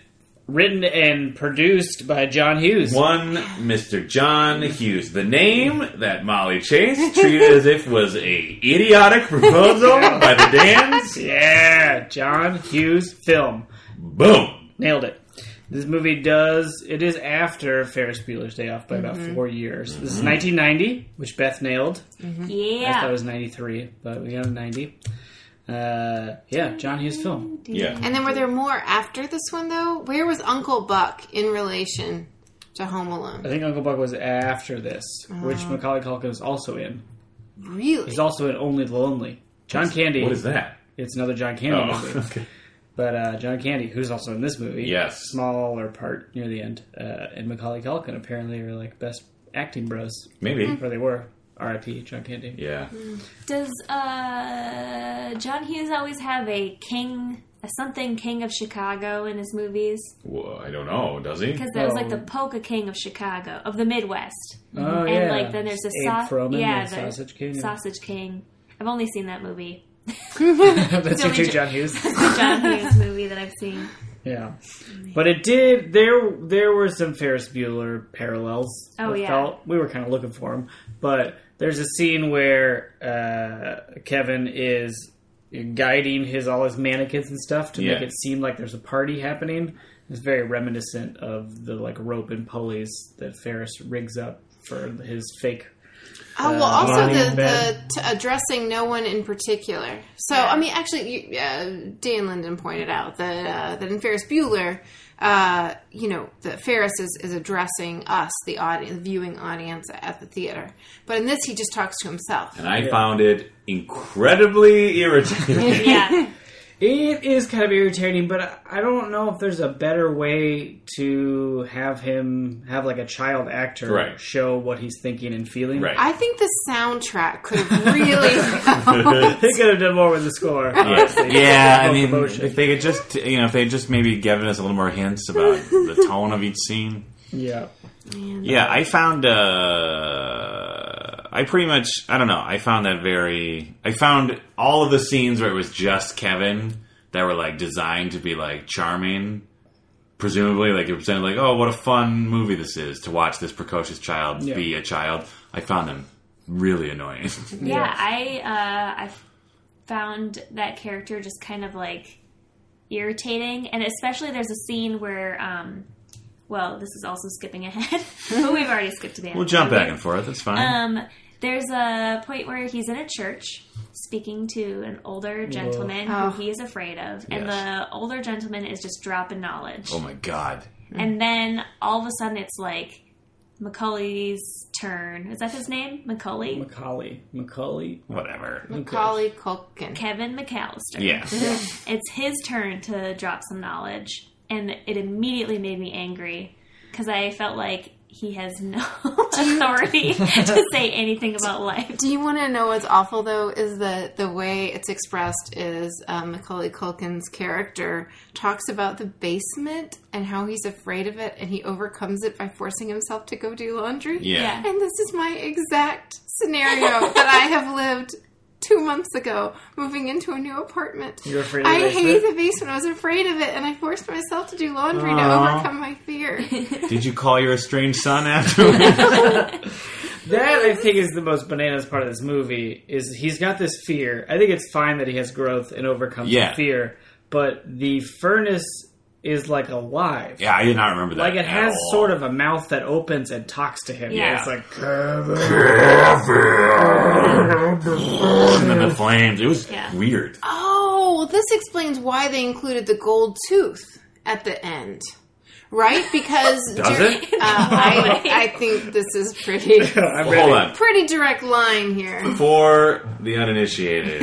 Written and produced by John Hughes. one Mr. John Hughes, the name that Molly Chase treated as if was a idiotic proposal by the Dans. Yeah, John Hughes film. Boom. Nailed it. This movie does. It is after Ferris Bueller's Day Off by about four years. This Mm-hmm. is 1990, which Beth nailed. I thought it Yeah. was 93, but we got a 90. Uh, yeah, John Hughes film. Yeah. And then were there more after this one though? Where was Uncle Buck in relation to Home I Alone? think Uncle Buck was after this, which Macaulay Culkin is also in. Really? He's also in Only the Lonely. John Candy. What is that? It's another John Candy Oh, movie. okay. But uh, John Candy, who's also in this movie, Yes. smaller part near the end, uh, and Macaulay Culkin apparently are like best acting bros, Maybe. or they were. R.I.P. John Candy. Yeah. Does uh, John Hughes always have a king, a something king of Chicago in his movies? Well, I don't know. Does he? Because there's like Oh. the polka king of Chicago, of the Midwest. Oh yeah. and like then there's a Abe sau- Froman, yeah, the Sausage King. Sausage King. I've only seen that movie. That's your only two Jo- John Hughes. The John Hughes movie that I've seen. Yeah, but it did. There, there were some Ferris Bueller parallels. Oh, I yeah. we were kind of looking for them. But there's a scene where uh, Kevin is guiding his all his mannequins and stuff to make Yeah. it seem like there's a party happening. It's very reminiscent of the like rope and pulleys that Ferris rigs up for his fake. Oh well, Uh, also Lonnie the, and the Ben. t- addressing no one in particular. So I mean, actually, you, uh, Dan Linden pointed out that uh, that in Ferris Bueller, uh, you know, that Ferris is, is addressing us, the audience, the viewing audience at the theater. But in this, he just talks to himself. And I found it incredibly irritating. Yeah. It is kind of irritating, but I- I don't know if there's a better way to have him have like a child actor Right. show what he's thinking and feeling. right. I think the soundtrack could have really helped. They could have done more with the score. yeah, honestly. I Both mean, emotion. if they could just, you know, if they just maybe given us a little more hints about the tone of each scene. yeah. Yeah, I found, uh, I pretty much, I don't know, I found that very, I found all of the scenes where it was just Kevin that were like designed to be like charming. Presumably, like it presented like, oh, what a fun movie this is to watch this precocious child Yeah. be a child. I found them really annoying. Yeah, Yeah. I uh, I found that character just kind of like irritating, and especially there's a scene where, um, well, this is also skipping ahead, but we've already skipped to the end. we'll jump back and forth. That's fine. Um, there's a point where he's in a church speaking to an older gentleman Oh. who he is afraid of, Yes. and the older gentleman is just dropping knowledge, oh my god. and then all of a sudden it's like. Macaulay's turn. Is that his name? Macaulay? Macaulay. Macaulay. Whatever. Macaulay Culkin. Kevin McAllister. Yeah. It's his turn to drop some knowledge, and it immediately made me angry because I felt like he has no authority to say anything about life. Do you want to know what's awful though? Is that the way it's expressed is um, Macaulay Culkin's character talks about the basement and how he's afraid of it, and he overcomes it by forcing himself to go do laundry. Yeah. And this is my exact scenario that I have lived two months ago, moving into a new apartment. You're afraid of the I basement? hate the basement. I was afraid of it, and I forced myself to do laundry Aw. to overcome my fear. Did you call your estranged son afterwards? That I think is the most bananas part of this movie is he's got this fear. I think it's fine that he has growth and overcomes Yeah. the fear, but the furnace is like alive. Yeah, I did not remember that. Like it has sort of a mouth that opens and talks to him. Yeah. It's like and then the flames. It was Yeah. weird. Oh, well, this explains why they included the gold tooth at the end. Right? Because Does dur- it? Uh, I, I think this is pretty I'm Well, ready. hold on. pretty direct line here. For the uninitiated,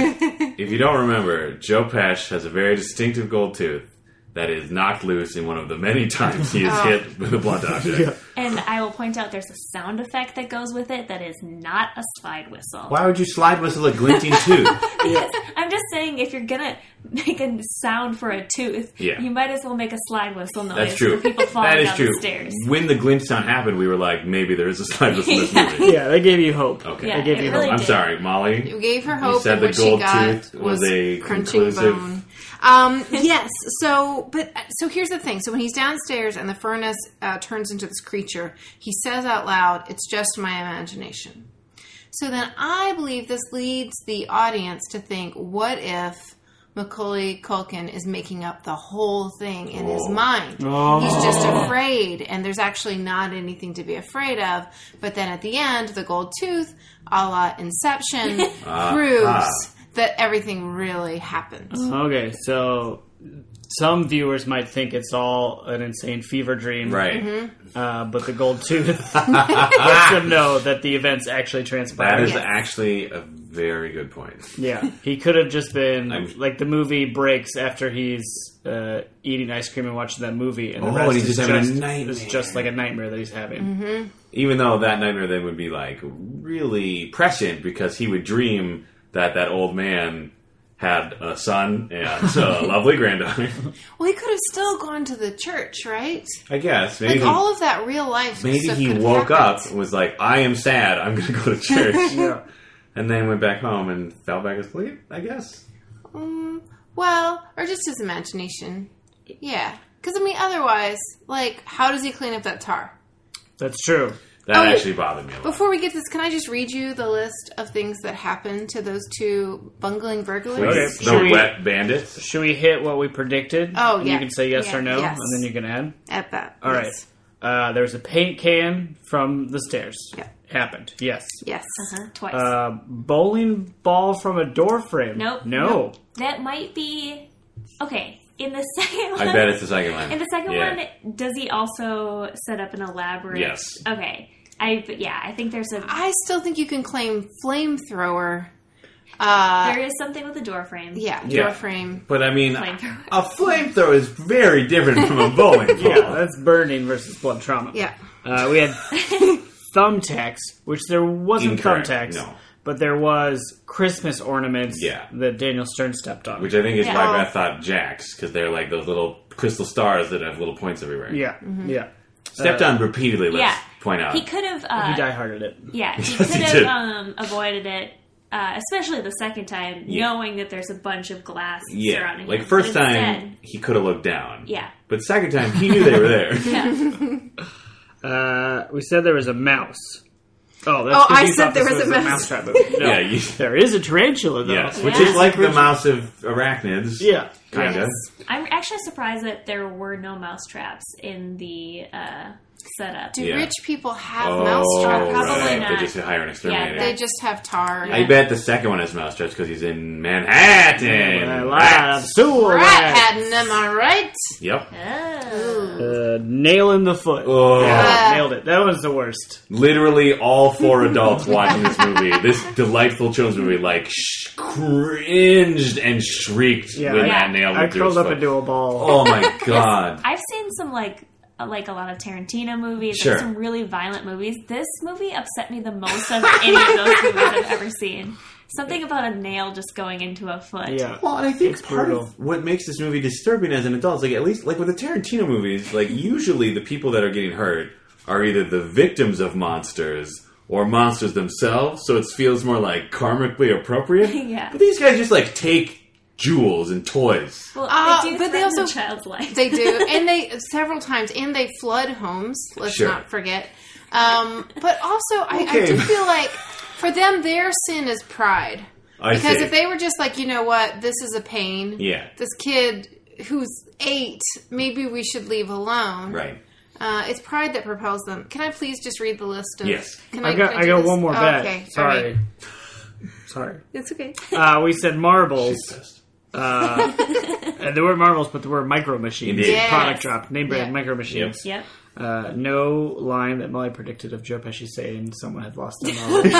if you don't remember, Joe Pesh has a very distinctive gold tooth that is knocked loose in one of the many times he is Oh. hit with a blunt object. And I will point out there's a sound effect that goes with it that is not a slide whistle. Why would you slide whistle a glinting tooth? I'm just saying if you're gonna make a sound for a tooth, Yeah. you might as well make a slide whistle noise That's true. for people falling That is down true. the stairs. When the glint sound happened, we were like, maybe there is a slide whistle in this Yeah. movie. Yeah, they gave you hope. Okay. Yeah, I gave it you really I'm did. sorry, Molly. You gave her hope. said and the what gold she got tooth was a crunching conclusive- bone. Um, yes. So, but so here's the thing. So when he's downstairs and the furnace uh, turns into this creature, he says out loud, "It's just my imagination." So then I believe this leads the audience to think, "What if?" Macaulay Culkin is making up the whole thing in his Whoa. mind. Oh. He's just afraid, and there's actually not anything to be afraid of. But then at the end, the gold tooth, a la Inception, proves ah. that everything really happens. Okay, so some viewers might think it's all an insane fever dream, Right. Mm-hmm. Uh, but the gold tooth lets them know that the events actually That transpired. is Yes. actually a very good point. yeah, he could have just been I'm- like the movie breaks after he's uh, eating ice cream and watching that movie, and the Oh, rest and he's is just having a nightmare. It's just like a nightmare that he's having. Mm-hmm. Even though that nightmare then would be like really prescient because he would dream that that old man had a son and uh, a lovely granddaughter. Well, he could have still gone to the church, right? I guess maybe Like he, all of that real life. maybe stuff he could have woke up happened. and was like, "I am sad. I'm going to go to church," Yeah. and then went back home and fell back asleep. I guess. Mm, well, or just his imagination. Yeah, because I mean, otherwise, like, how does he clean up that tar? That's true. That Oh, actually bothered me a lot. Before we get this, can I just read you the list of things that happened to those two bungling burglars? Okay. The Should we- wet bandits. Should we hit what we predicted? Oh, And yeah. You can say yes Yeah, or no, yes. and then you can add. At that. All right. yes. Uh, there's a paint can from the stairs. Yeah. Happened. Yes. Yes. Uh-huh, Twice. Uh, bowling ball from a door frame. Nope. No. Nope. That might be okay. In the second one, I bet it's the second one. in the second Yeah. one, does he also set up an elaborate? Yes. Okay. I yeah. I think there's a Ah. I still think you can claim flamethrower. Uh, there is something with a door frame. yeah, Yeah. door frame. But I mean, Flamethrower. a flamethrower is very different from a bowling ball. Yeah, that's burning versus blood trauma. Yeah. Uh, we had thumbtacks, which there wasn't Incorrect, thumbtacks, no. but there was Christmas ornaments Yeah. that Daniel Stern stepped on. Which I think is why Yeah. Beth thought jacks, because they're like those little crystal stars that have little points everywhere. yeah, Mm-hmm. yeah. Stepped on repeatedly, let's Yeah. point out. He could have. He Uh, dieharded it. yeah. He Yes, could he did. have um, avoided it. Uh, especially the second time, Yeah. knowing that there's a bunch of glass yeah. surrounding him. Like, first But time, instead- he could have looked down. yeah, But second time, he knew they were there. yeah. Uh, we said there was a mouse. Oh, that's Oh, 'cause I you said thought there this was a mouse. mousetrap movie. No. Yeah, you- there is a tarantula though. Yes. Yeah. Which is like the Christmas- mouse of arachnids. Yeah. Kind of. I'm actually surprised that there were no mouse traps in the uh, setup. Do Yeah. rich people have Oh, mousetraps? Probably right. not. They just hire an exterminator. Yeah, They just have tar. Yeah. I bet the second one has mousetraps because he's in Manhattan. A lot of Rats. sewer Rat rats. had them, all right. Yep. Oh. Uh, nail in the foot. Oh. Yeah, Uh. nailed it. That was the worst. literally all four adults watching this movie, this delightful children's movie, like sh- cringed and shrieked Yeah, when I- that nail. I went through curled his up foot. into a ball. Oh my god! I've seen some like uh, like a lot of Tarantino movies, Sure. and some really violent movies. This movie upset me the most of any of those movies I've ever seen. Something about a nail just going into a foot. Yeah. Well, and I think It's part brutal. of what makes this movie disturbing as an adult is like at least like with the Tarantino movies, like usually the people that are getting hurt are either the victims of monsters or monsters themselves, so it feels more like karmically appropriate. Yeah. But these guys just like take jewels and toys. Well, Uh, they do but they threaten also- a child's life. They do, and they several times, and they flood homes. Let's Sure. not forget. Um, but also, I, I Okay. do feel like for them, their sin is pride. I Because see. if they were just like, you know what, this is a pain. yeah. This kid who's eight, maybe we should leave alone. Right. Uh, it's pride that propels them. Can I please just read the list? Of, Yes. Can I got can I do got this? one more Oh, bet. okay. All Sorry. right. Sorry. It's okay. Uh, we said marbles. She's pissed. Uh, there were marbles, but there were micro machines. Indeed. Yes. Product drop. Name brand Yeah. micro machines. Yep. Uh, no line that Molly predicted of Joe Pesci saying someone had lost their marbles.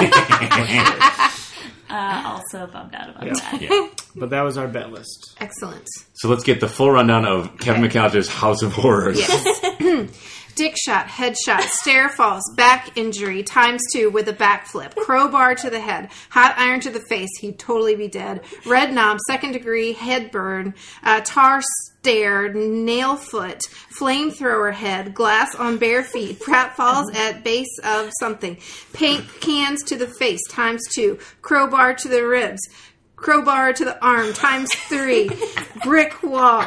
Uh, also bummed out about Yeah. that. Yeah. but that was our bet list. Excellent. So let's get the full rundown of Kevin McAllister's House of Horrors. Yes. Dick shot, head shot, stair falls, back injury, times two with a backflip, crowbar to the head, hot iron to the face, he'd totally be dead. Red knob, second degree, head burn, uh, tar stair, nail foot, flamethrower head, glass on bare feet, Pratt falls at base of something, paint cans to the face, times two, crowbar to the ribs, crowbar to the arm times three, brick wall,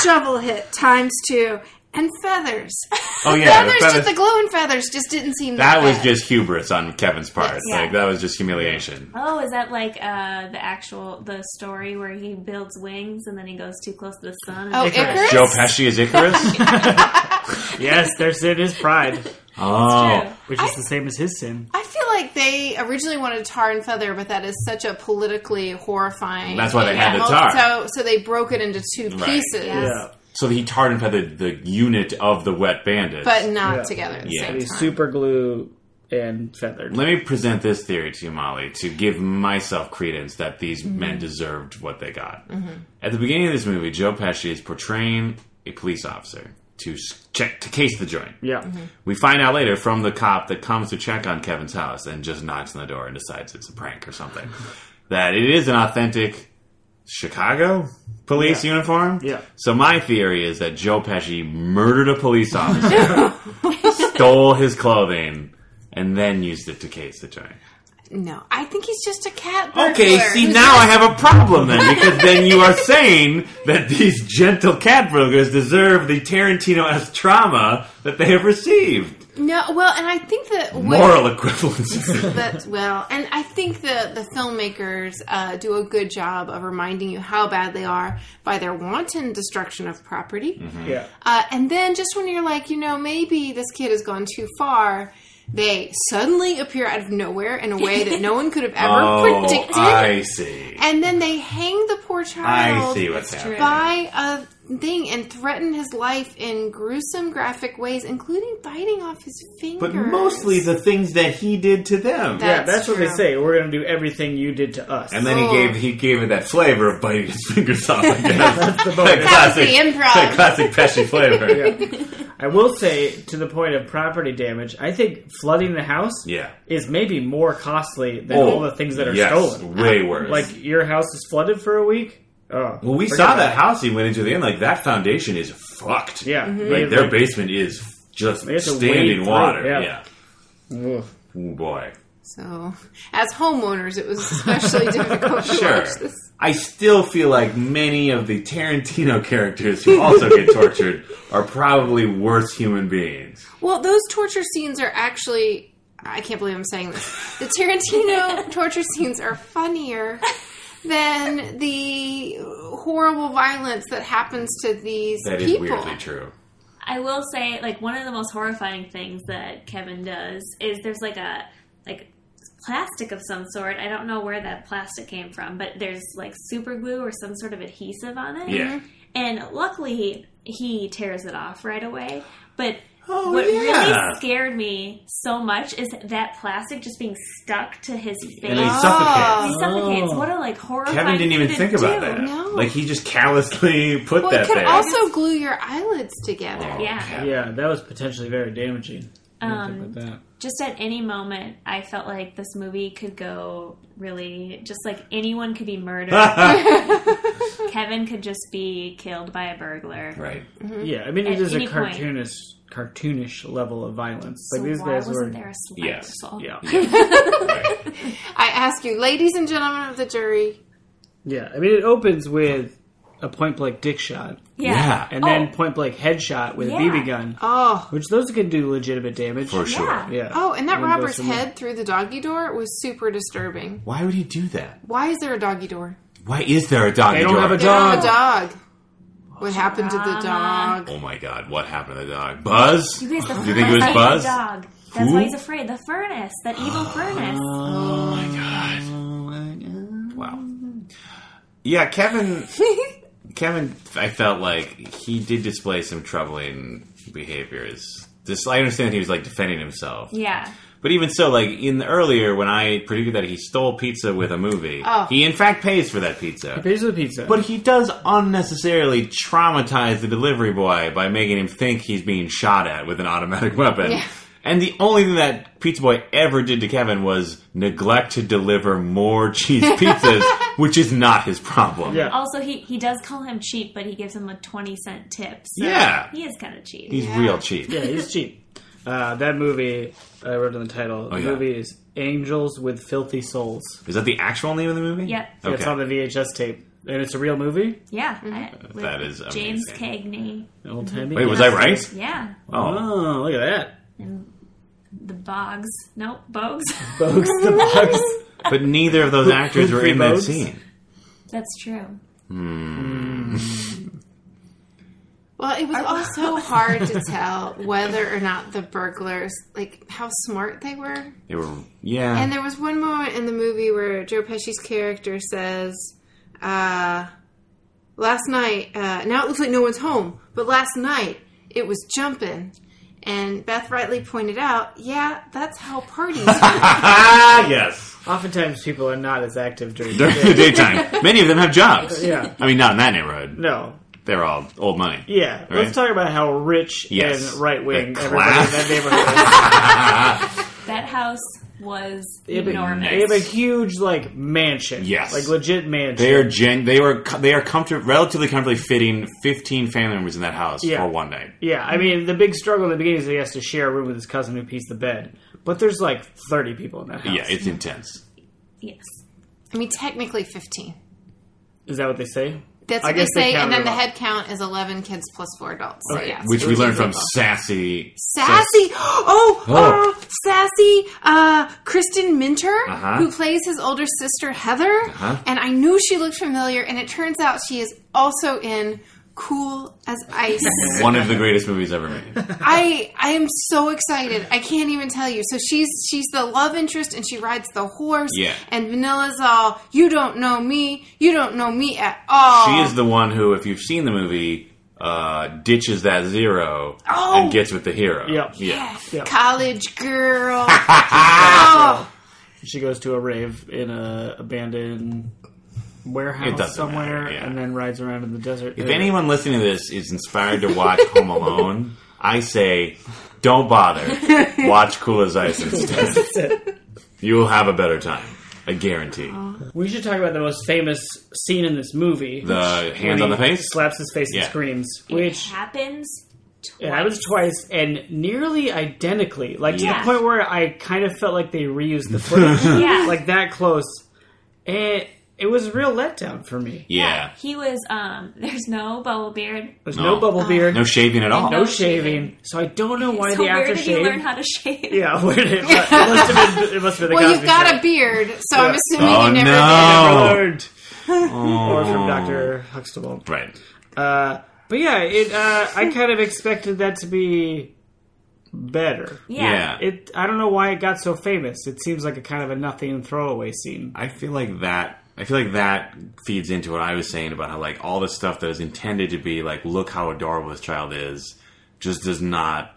shovel hit times two, and feathers. Oh yeah, feathers, the feathers- just the glowing feathers just didn't seem that, that was bad. just hubris on Kevin's part. Yeah. Like that was just humiliation. Oh, is that like uh, the actual the story where he builds wings and then he goes too close to the sun? and- oh Icarus. Icarus. Joe Pesci is Icarus. Yes, their sin is pride, oh, which is the same as his sin. I feel like they originally wanted tar and feather, but that is such a politically horrifying. That's why they had the animal. tar. So, so they broke it into two Right. pieces, Yeah. so he tarred and feathered the unit of the Wet Bandits. but not Yeah. together at the Yeah. same Be time. super glue and feathered. Let me present this theory to you, Molly, to give myself credence that these Mm-hmm. men deserved what they got. At the beginning of this movie, Joe Pesci is portraying a police officer to s- check to case the joint. Yeah. Mm-hmm. We find out later from the cop that comes to check on Kevin's house and just knocks on the door and decides it's a prank or something. that it is an authentic Chicago police Yeah. uniform. Yeah. So my theory is that Joe Pesci murdered a police officer, stole his clothing, and then used it to case the joint. No, I think he's just a cat. Burglar Okay, see who's now I just- have a problem then because then you are saying that these gentle cat burglars deserve the Tarantino-esque trauma that they have received. no. Well, and I think that what- Moral equivalence. That's well, and I think the the filmmakers uh, do a good job of reminding you how bad they are by their wanton destruction of property, Mm-hmm. Yeah. uh, and then just when you're like, you know, maybe this kid has gone too far, they suddenly appear out of nowhere in a way that no one could have ever oh, predicted, I see. and then they hang the poor child. I see what's happening. By a thing and threaten his life in gruesome, graphic ways, including biting off his fingers. But mostly the things that he did to them. That- yeah, that's That's what they true. say. We're going to do everything you did to us. and then he Oh. gave he gave it that flavor of biting his fingers off. I guess. that's the bonus. That was the improv. That classic Pesci flavor. yeah. I will say, to the point of property damage, I think flooding the house is maybe more costly than Oh, all the things that are yes, stolen. Way worse. Like your house is flooded for a week. Oh, Well, we forget saw about that it. house he went into the end. Like that foundation is fucked. Yeah, Mm-hmm. Like their basement is just They have to wade standing through, water. yeah. Yeah. Ugh. Oh boy. So, as homeowners, it was especially difficult to Sure. watch this. I still feel like many of the Tarantino characters who also get tortured are probably worse human beings. Well, those torture scenes are actually. I can't believe I'm saying this. The Tarantino torture scenes are funnier than the horrible violence that happens to these That is people. weirdly true. I will say, like one of the most horrifying things that Kevin does is there's like a like plastic of some sort. I don't know where that plastic came from, but there's like super glue or some sort of adhesive on it. Yeah. And luckily, he tears it off right away. But Oh, what yeah. really scared me so much is that plastic just being stuck to his face. And they suffocate. Ah. He suffocates. What a like horrifying. Kevin didn't even thing think to about do. that. no. Like he just callously put Well, it that could there. also glue your eyelids together. Oh, Yeah. Kevin. Yeah, that was potentially very damaging. I didn't Um, think about that. just at any moment i felt like this movie could go really just like anyone could be murdered kevin could just be killed by a burglar Right. Yeah, I mean, it mm-hmm. At is a any point. cartoonish, cartoonish level of violence. so like these why guys wasn't were. there a slide Yes. whistle? Yeah, right. I ask you, ladies and gentlemen of the jury, yeah. I mean, it opens with a point blank dick shot, yeah and then Oh. point blank headshot with Yeah. a BB gun, oh, which those can do legitimate damage. For sure. Yeah. Yeah. oh, and that then goes robber's from there. head through the doggy door was super disturbing. Why would he do that? Why is there a doggy door? Why is there a dog? They don't have a They don't have a Dog. dog. What happened to the Drama. dog? Oh my god, what happened to the dog? Buzz? You guys, the you think it was furnace Buzz? dog. That's why he's afraid. The furnace, that evil furnace. Oh my god. Wow. Yeah, Kevin. Kevin, I felt like he did display some troubling behaviors. This, I understand he was like defending himself, Yeah, but even so, like in the earlier when I predicted that he stole pizza with a movie, Oh. he in fact pays for that pizza. Here's the pizza. But he does unnecessarily traumatize the delivery boy by making him think he's being shot at with an automatic weapon. Yeah. And the only thing that Pizza Boy ever did to Kevin was neglect to deliver more cheese pizzas, which is not his problem. Yeah. Also, he, he does call him cheap, but he gives him a 20 cent tip. So Yeah. He is kind of cheap. He's Yeah. real cheap. yeah, he's cheap. Uh, that movie I wrote in the title. the Oh, yeah. movie is Angels with Filthy Souls. Is that the actual name of the movie? Yep. Okay. It's on the VHS tape, and it's a real movie. yeah. Mm-hmm. I- with That is James Cagney. Old timey. Wait, was I right? Yeah. Oh. Oh, look at that. The Boggs. Nope, Bogues. Bugs the bugs. But neither of those actors were in that Bogues? scene. That's true. Well, it was also hard to tell whether or not the burglars, like how smart they were. They were, yeah. And there was one moment in the movie where Joe Pesci's character says, uh, "Last night, uh, now it looks like no one's home, but last night it was jumping." And Beth rightly pointed out, "Yeah, that's how parties." work. ah, yes. Oftentimes, people are not as active during the During the day. daytime. Many of them have jobs. Yeah. I mean, not in that neighborhood. No. They're all old money. Yeah. Right. Let's talk about how rich Yes. and right wing The everybody in class. that neighborhood is. That house was They have, a, enormous. they have a huge like mansion. Yes. Like legit mansion. They are gen. They were. co- They are comfort- relatively comfortably fitting fifteen family members in that house Yeah. for one night. Yeah, I mean the big struggle in the beginning is that he has to share a room with his cousin who pees the bed. But there's like thirty people in that house. Yeah, it's intense. Yes. I mean, technically fifteen. is that what they say? That's I what they guess they say, and counted then the them head count is eleven kids plus four adults. So, yeah, Which so we it's learned from doable. sassy. Sassy. Oh, Oh. uh, sassy. Uh, Kristen Minter, Uh-huh. who plays his older sister Heather, and I knew she looked familiar. And it turns out she is also in Cool as Ice. One of the greatest movies ever made. I I am so excited. I can't even tell you. So she's she's the love interest, and she rides the horse. Yeah. And Vanilla's all, you don't know me. You don't know me at all. She Oh. is the one who, if you've seen the movie, uh, ditches that zero Oh. and gets with the hero. Yep. Yeah. Yeah. college girl. oh. She goes to a rave in a abandoned It warehouse doesn't somewhere matter, yeah. and then rides around in the desert. If anyone listening to this is inspired to watch Home Alone, I say, don't bother. Watch Cool as Ice instead. You will have a better time. I guarantee. we should talk about the most famous scene in this movie. The hands on the When he face? slaps his face and Yeah. screams, It which happens it happens twice and nearly identically, like to Yeah. the point where I kind of felt like they reused the footage, Yeah. like that close. It it was a real letdown for me. Yeah. He was, um, there's no bubble beard. There's No. no, bubble beard, No shaving at all. no shaving, so I don't know why Oh. so the where did you learn aftershave. how to shave? Yeah, where did it, it must have been? It must have been. The Well, you've Cosby got Show. a beard, so I'm assuming Oh, you never no. did. Oh. learned. or from Dr. Huxtable. Right. Uh, but yeah, it. Uh, I kind of expected that to be better. Yeah. It. I don't know why it got so famous. It seems like a kind of a nothing throwaway scene. I feel like that. I feel like that feeds into what I was saying about how like all the stuff that is intended to be like look how adorable this child is just does not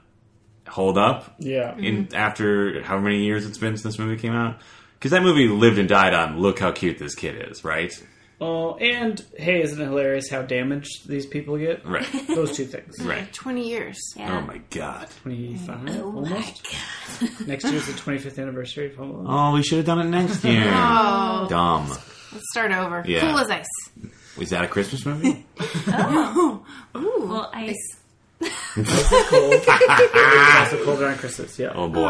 hold up Yeah. in after how many years it's been since this movie came out because that movie lived and died on look how cute this kid is right Oh, and hey, isn't it hilarious how damaged these people get? right Those two things. right Twenty years. oh Yeah. my god Twenty-five Oh my almost. Next year's the twenty-fifth anniversary of Home Alone. oh we should have done it next year Oh, dumb let's start over. Yeah. Cool as ice. is that a Christmas movie Ooh. Oh. Well, ice. Also colder on Christmas. Yeah. oh boy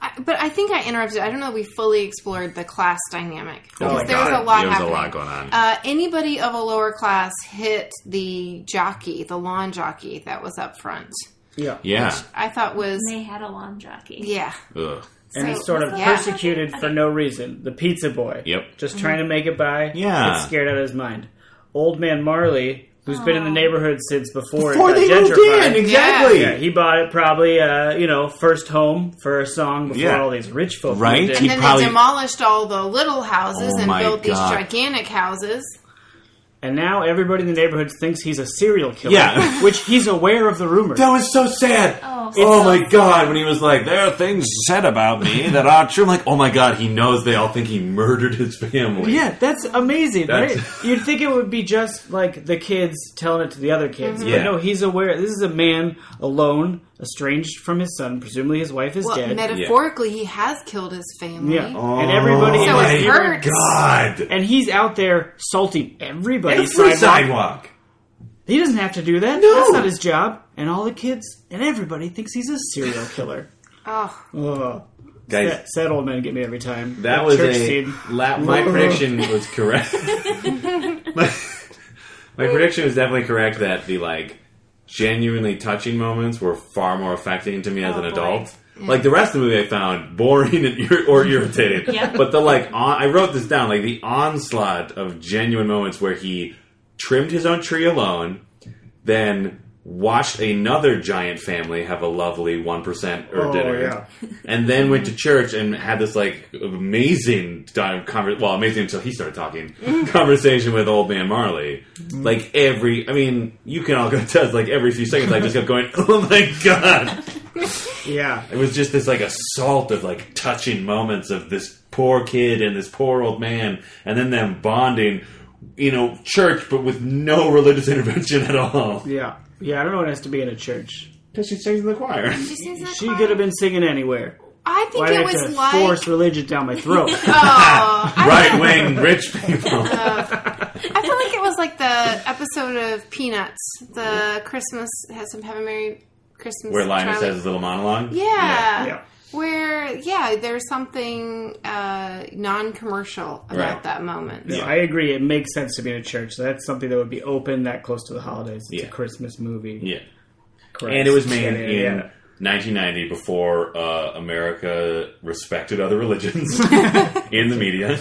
I, but I think I interrupted. I don't know. We fully explored the class dynamic oh because my there was god a lot. there was a happening. lot going on Uh, anybody of a lower class hit the jockey, the lawn jockey that was up front. Yeah. yeah I thought was They had a lawn jockey. yeah. Ugh. and he's So- sort of Yeah. persecuted for no reason. The pizza boy. Yep. Just trying to make it by. Yeah. Gets scared out of his mind. Old man Marley. who's been in the neighborhood since before, Before it got they moved gentrified. in, exactly. Yeah, he bought it probably, uh, you know, first home for a song before Yeah. all these rich folks Right? moved in. He And then probably- they demolished all the little houses Oh and my built these God. gigantic houses. And now everybody in the neighborhood thinks he's a serial killer. Yeah. which he's aware of the rumor. That was so sad. Oh, Oh, so my sad. god, when he was like, there are things said about me that aren't true. I'm like, oh my god, he knows they all think he murdered his family. Yeah, that's amazing, That's- right? You'd think it would be just like the kids telling it to the other kids. But Yeah. no, he's aware. This is a man alone, estranged from his son. Presumably his wife is Well, dead. metaphorically, he has killed his family. yeah. and everybody Oh in my his neighborhood- God. God. And he's out there salting everybody's Every sidewalk. sidewalk. He doesn't have to do that. No. That's not his job. And all the kids and everybody thinks he's a serial killer. Oh, Ugh. Guys, That, sad old men get me every time. That was church a scene. La- my prediction was correct. my, my prediction was definitely correct that the like genuinely touching moments were far more affecting to me as Oh, an boy. adult. Like the rest of the movie, I found boring and ir- or irritating. Yeah. But the like, on- I wrote this down. Like the onslaught of genuine moments where he trimmed his own tree alone, then watched another giant family have a lovely one percent or Oh, dinner, yeah. and then went to church and had this like amazing time conver- well amazing until he started talking conversation with old man Marley. Like every, I mean, you can all go test like every few seconds. I just kept going, oh my god! Yeah. It was just this like assault of like touching moments of this poor kid and this poor old man, and then them bonding. You know, church, but with no religious intervention at all. Yeah. Yeah, I don't know what it has to be in a church. Because she sings in the choir. she sings that She choir. could have been singing anywhere. I think Why do I it have was to like. force religion down my throat? Oh, I, Right wing rich people. I feel like it was like the episode of Peanuts. The Christmas has some Heaven Merry Christmas. Where Linus Charlie. has his little monologue. Yeah. yeah. Where, yeah, there's something uh, non commercial about Right. that moment. No, I agree. It makes sense to be in a church. That's something that would be open that close to the holidays. It's a Yeah. Christmas movie. Yeah. Correct. And it was made Yeah, in yeah, yeah. 1990 before uh, America respected other religions in the media.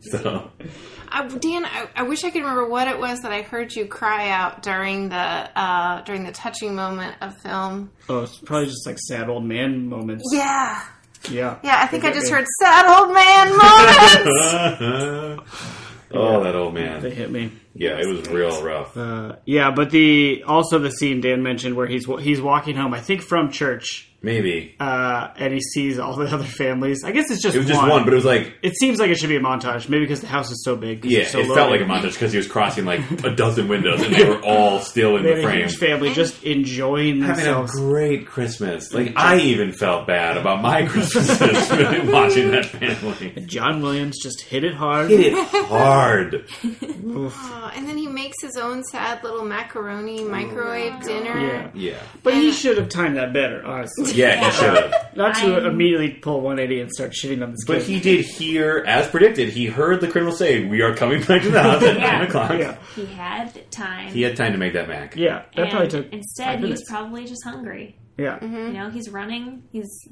So, I, Dan, I, I wish I could remember what it was that I heard you cry out during the uh, during the touching moment of film. Oh, it's probably just like sad old man moments. Yeah, Yeah. yeah. I think I Forget just me. heard "sad old man" moments. oh, that old They man. hit me. Yeah, it was real rough. Uh, yeah, but the also the scene Dan mentioned where he's he's walking home, I think from church, Maybe. uh, and he sees all the other families. I guess it's just It was just one, but it was like, It seems like it should be a montage, maybe because the house is so big. 'cause yeah, it's so it felt like loaded. a montage because he was crossing like a dozen windows and they were all still in They the had a frame. huge family just enjoying Having a themselves. great Christmas. Like, I even felt bad about my Christmases watching that family. John Williams just hit it hard. hit it hard. Oh, and then he makes his own sad little macaroni microwave dinner. Yeah. Yeah. But he should have timed that better, honestly. Yeah, he should have. Not to I'm- immediately pull 180 and start shitting on this But kid. he did hear, as predicted, he heard the criminal say, We are coming back to the house at Yeah. 9 o'clock. yeah, He had time. He had time to make that Mac. yeah, that and Mm-hmm. probably took instead, five he was minutes. Mm-hmm. probably just hungry. yeah. You know, he's running. He's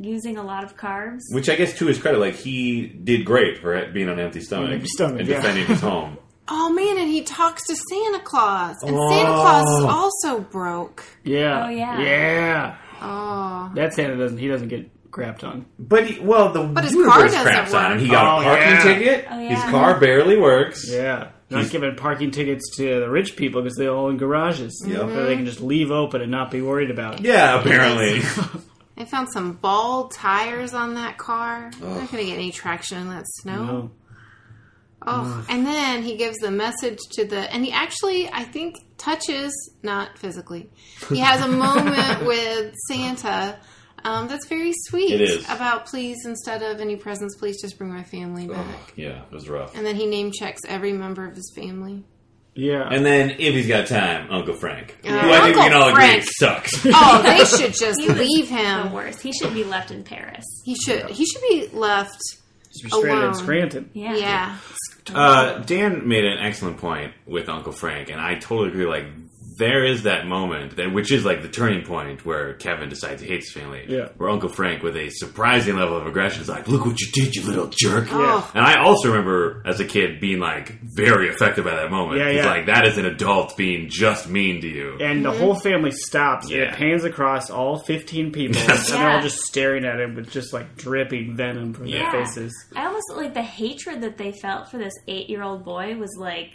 using a lot of carbs. Which I guess, to his credit, like, he did great for it being on an empty stomach, empty stomach, and yeah. defending his home. Oh man, and he talks to Santa Claus, and Santa Claus Oh. is also broke. yeah, Oh, yeah. yeah. Oh, That Santa doesn't. He doesn't get grabbed on. But, he, well, the but his car doesn't craps on him. He Oh, got a parking yeah. ticket. Oh, His yeah. car barely works. Yeah, not giving parking tickets to the rich people because they all own garages Yeah. that they can just leave open and not be worried about. Yeah, apparently. I found some bald tires on that car. I'm not gonna get any traction in that snow. No. Oh, and then he gives the message to the, and he actually, I think, touches, not physically. He has a moment with Santa. Um, that's very sweet. It is. About please, instead of any presents, please just bring my family back. yeah, it was rough. And then he name checks every member of his family. Yeah, And then, if he's got time, Uncle Frank. Uh, who I think Uncle we can all agree Frank. sucks. Oh, they should just leave the him. worst. He should be left in Paris. He should. He should be left. just restraining alone. and Scranton. Yeah. Yeah. Uh, Dan made an excellent point with Uncle Frank, and I totally agree. Like there is that moment that which is like the turning point where Kevin decides he hates his family. Yeah. Where Uncle Frank, with a surprising level of aggression, is like, "Look what you did, you little jerk." Oh. And I also remember as a kid being like very affected by that moment. Yeah, He's yeah. like, that is an adult being just mean to you. And the whole family stops and Yeah. it pans across all 15 people Yes. and they're all Yeah. just staring at him with just like dripping venom from Yeah. their faces. I almost like the hatred that they felt for this eight-year-old boy was like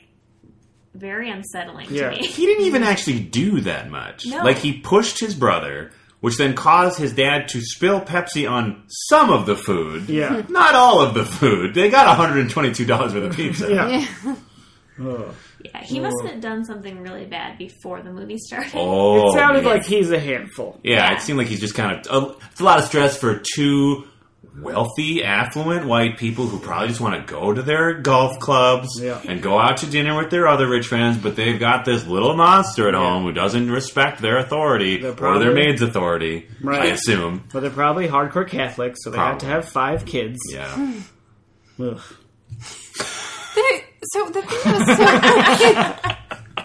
very unsettling Yeah. to me. He didn't even actually do that much. No. Like he pushed his brother, which then caused his dad to spill Pepsi on some of the food. Yeah. Not all of the food. They got $122 worth of pizza. Yeah. Ugh. Yeah, he must have done something really bad before the movie started. Oh, it sounded man. like he's a handful. Yeah, Yeah. it seemed like he's just kind of. uh, It's a lot of stress for two wealthy, affluent white people who probably just want to go to their golf clubs Yeah. and go out to dinner with their other rich friends, but they've got this little monster at home who doesn't respect their authority They're or their probably- maid's authority, I Right. assume. But they're probably hardcore Catholics, so they have to Probably. have five kids. Yeah. Ugh. They- so the thing that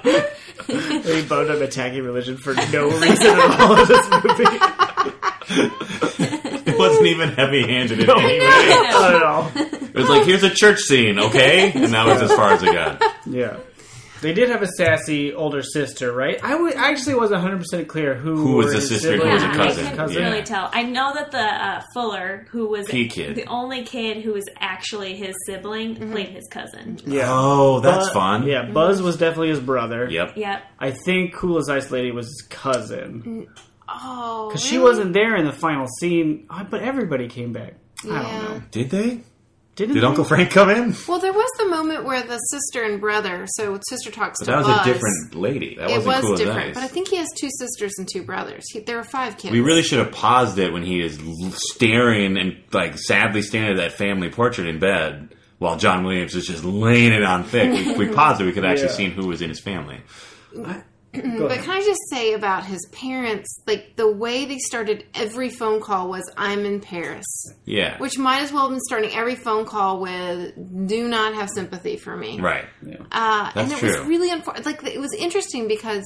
was so They boned up attacking religion for no reason at all in this movie. It wasn't even heavy handed in any way. Not at all. It was like, here's a church scene, okay? And that was as far as it got. Yeah. They did have a sassy older sister, right? I wa- I actually wasn't 100% clear who, Who was were the his sister, who siblings was a Yeah, and cousin, I couldn't cousin. really tell. I know that the uh, Fuller, who was Pea kid. the only kid who was actually his sibling, Mm-hmm. played his cousin. Yeah. Oh, that's Bu- fun. Uh, Yeah, Buzz was definitely his brother. Yep. Yep. I think Coolest Ice Lady was his cousin. Oh, Because she Mm, really? wasn't there in the final scene, uh, but everybody came back. I Yeah. don't know. Did they? Didn't Did they? Uncle Frank come in? Well, there was the moment where the sister and brother. So sister talks to That was Buzz. a different lady. That It wasn't was cool as different, Ice. but I think he has two sisters and two brothers. He, there were five kids. We really should have paused it when he is l- staring and like sadly staring at that family portrait in bed while John Williams is just laying it on thick. We, we paused it. We could have actually Yeah. seen who was in his family. Go But ahead. can I just say about his parents, like the way they started every phone call was "I'm in Paris," Yeah. which might as well have been starting every phone call with "Do not have sympathy for me." right. Uh, and it That's was true. really unfor- like it was interesting because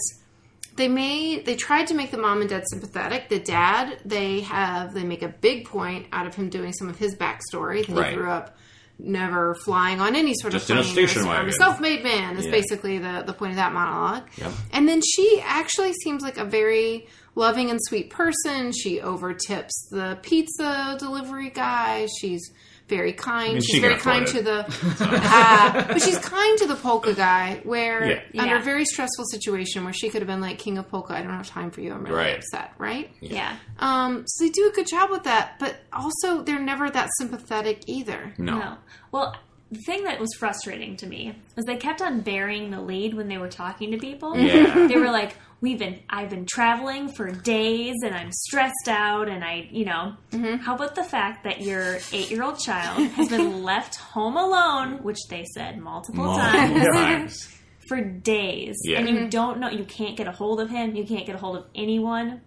they made they tried to make the mom and dad sympathetic. The dad they have they make a big point out of him doing some of his backstory. That Right. He grew up never flying on any sort Just in of a plane. station He was- I'm wagon. a self-made man is Yeah. basically the the point of that monologue. Yep. And then she actually seems like a very loving and sweet person. She overtips the pizza delivery guy. She's very kind. mean, she's she can very kind afford to it. the, uh, but she's kind to the polka guy. Where Yeah. under Yeah. a very stressful situation, where she could have been like King of Polka, I don't have time for you. I'm really Right. upset. Right. Yeah. Um. So they do a good job with that, but also they're never that sympathetic either. No. No. Well, the thing that was frustrating to me was they kept on burying the lead when they were talking to people. Yeah. they were like, "We've been, I've been traveling for days, and I'm stressed out, and I, you know, how about the fact that your eight-year-old child has been left home alone, which they said multiple, times." Multiple times. for days Yeah. and you don't know you can't get a hold of him you can't get a hold of anyone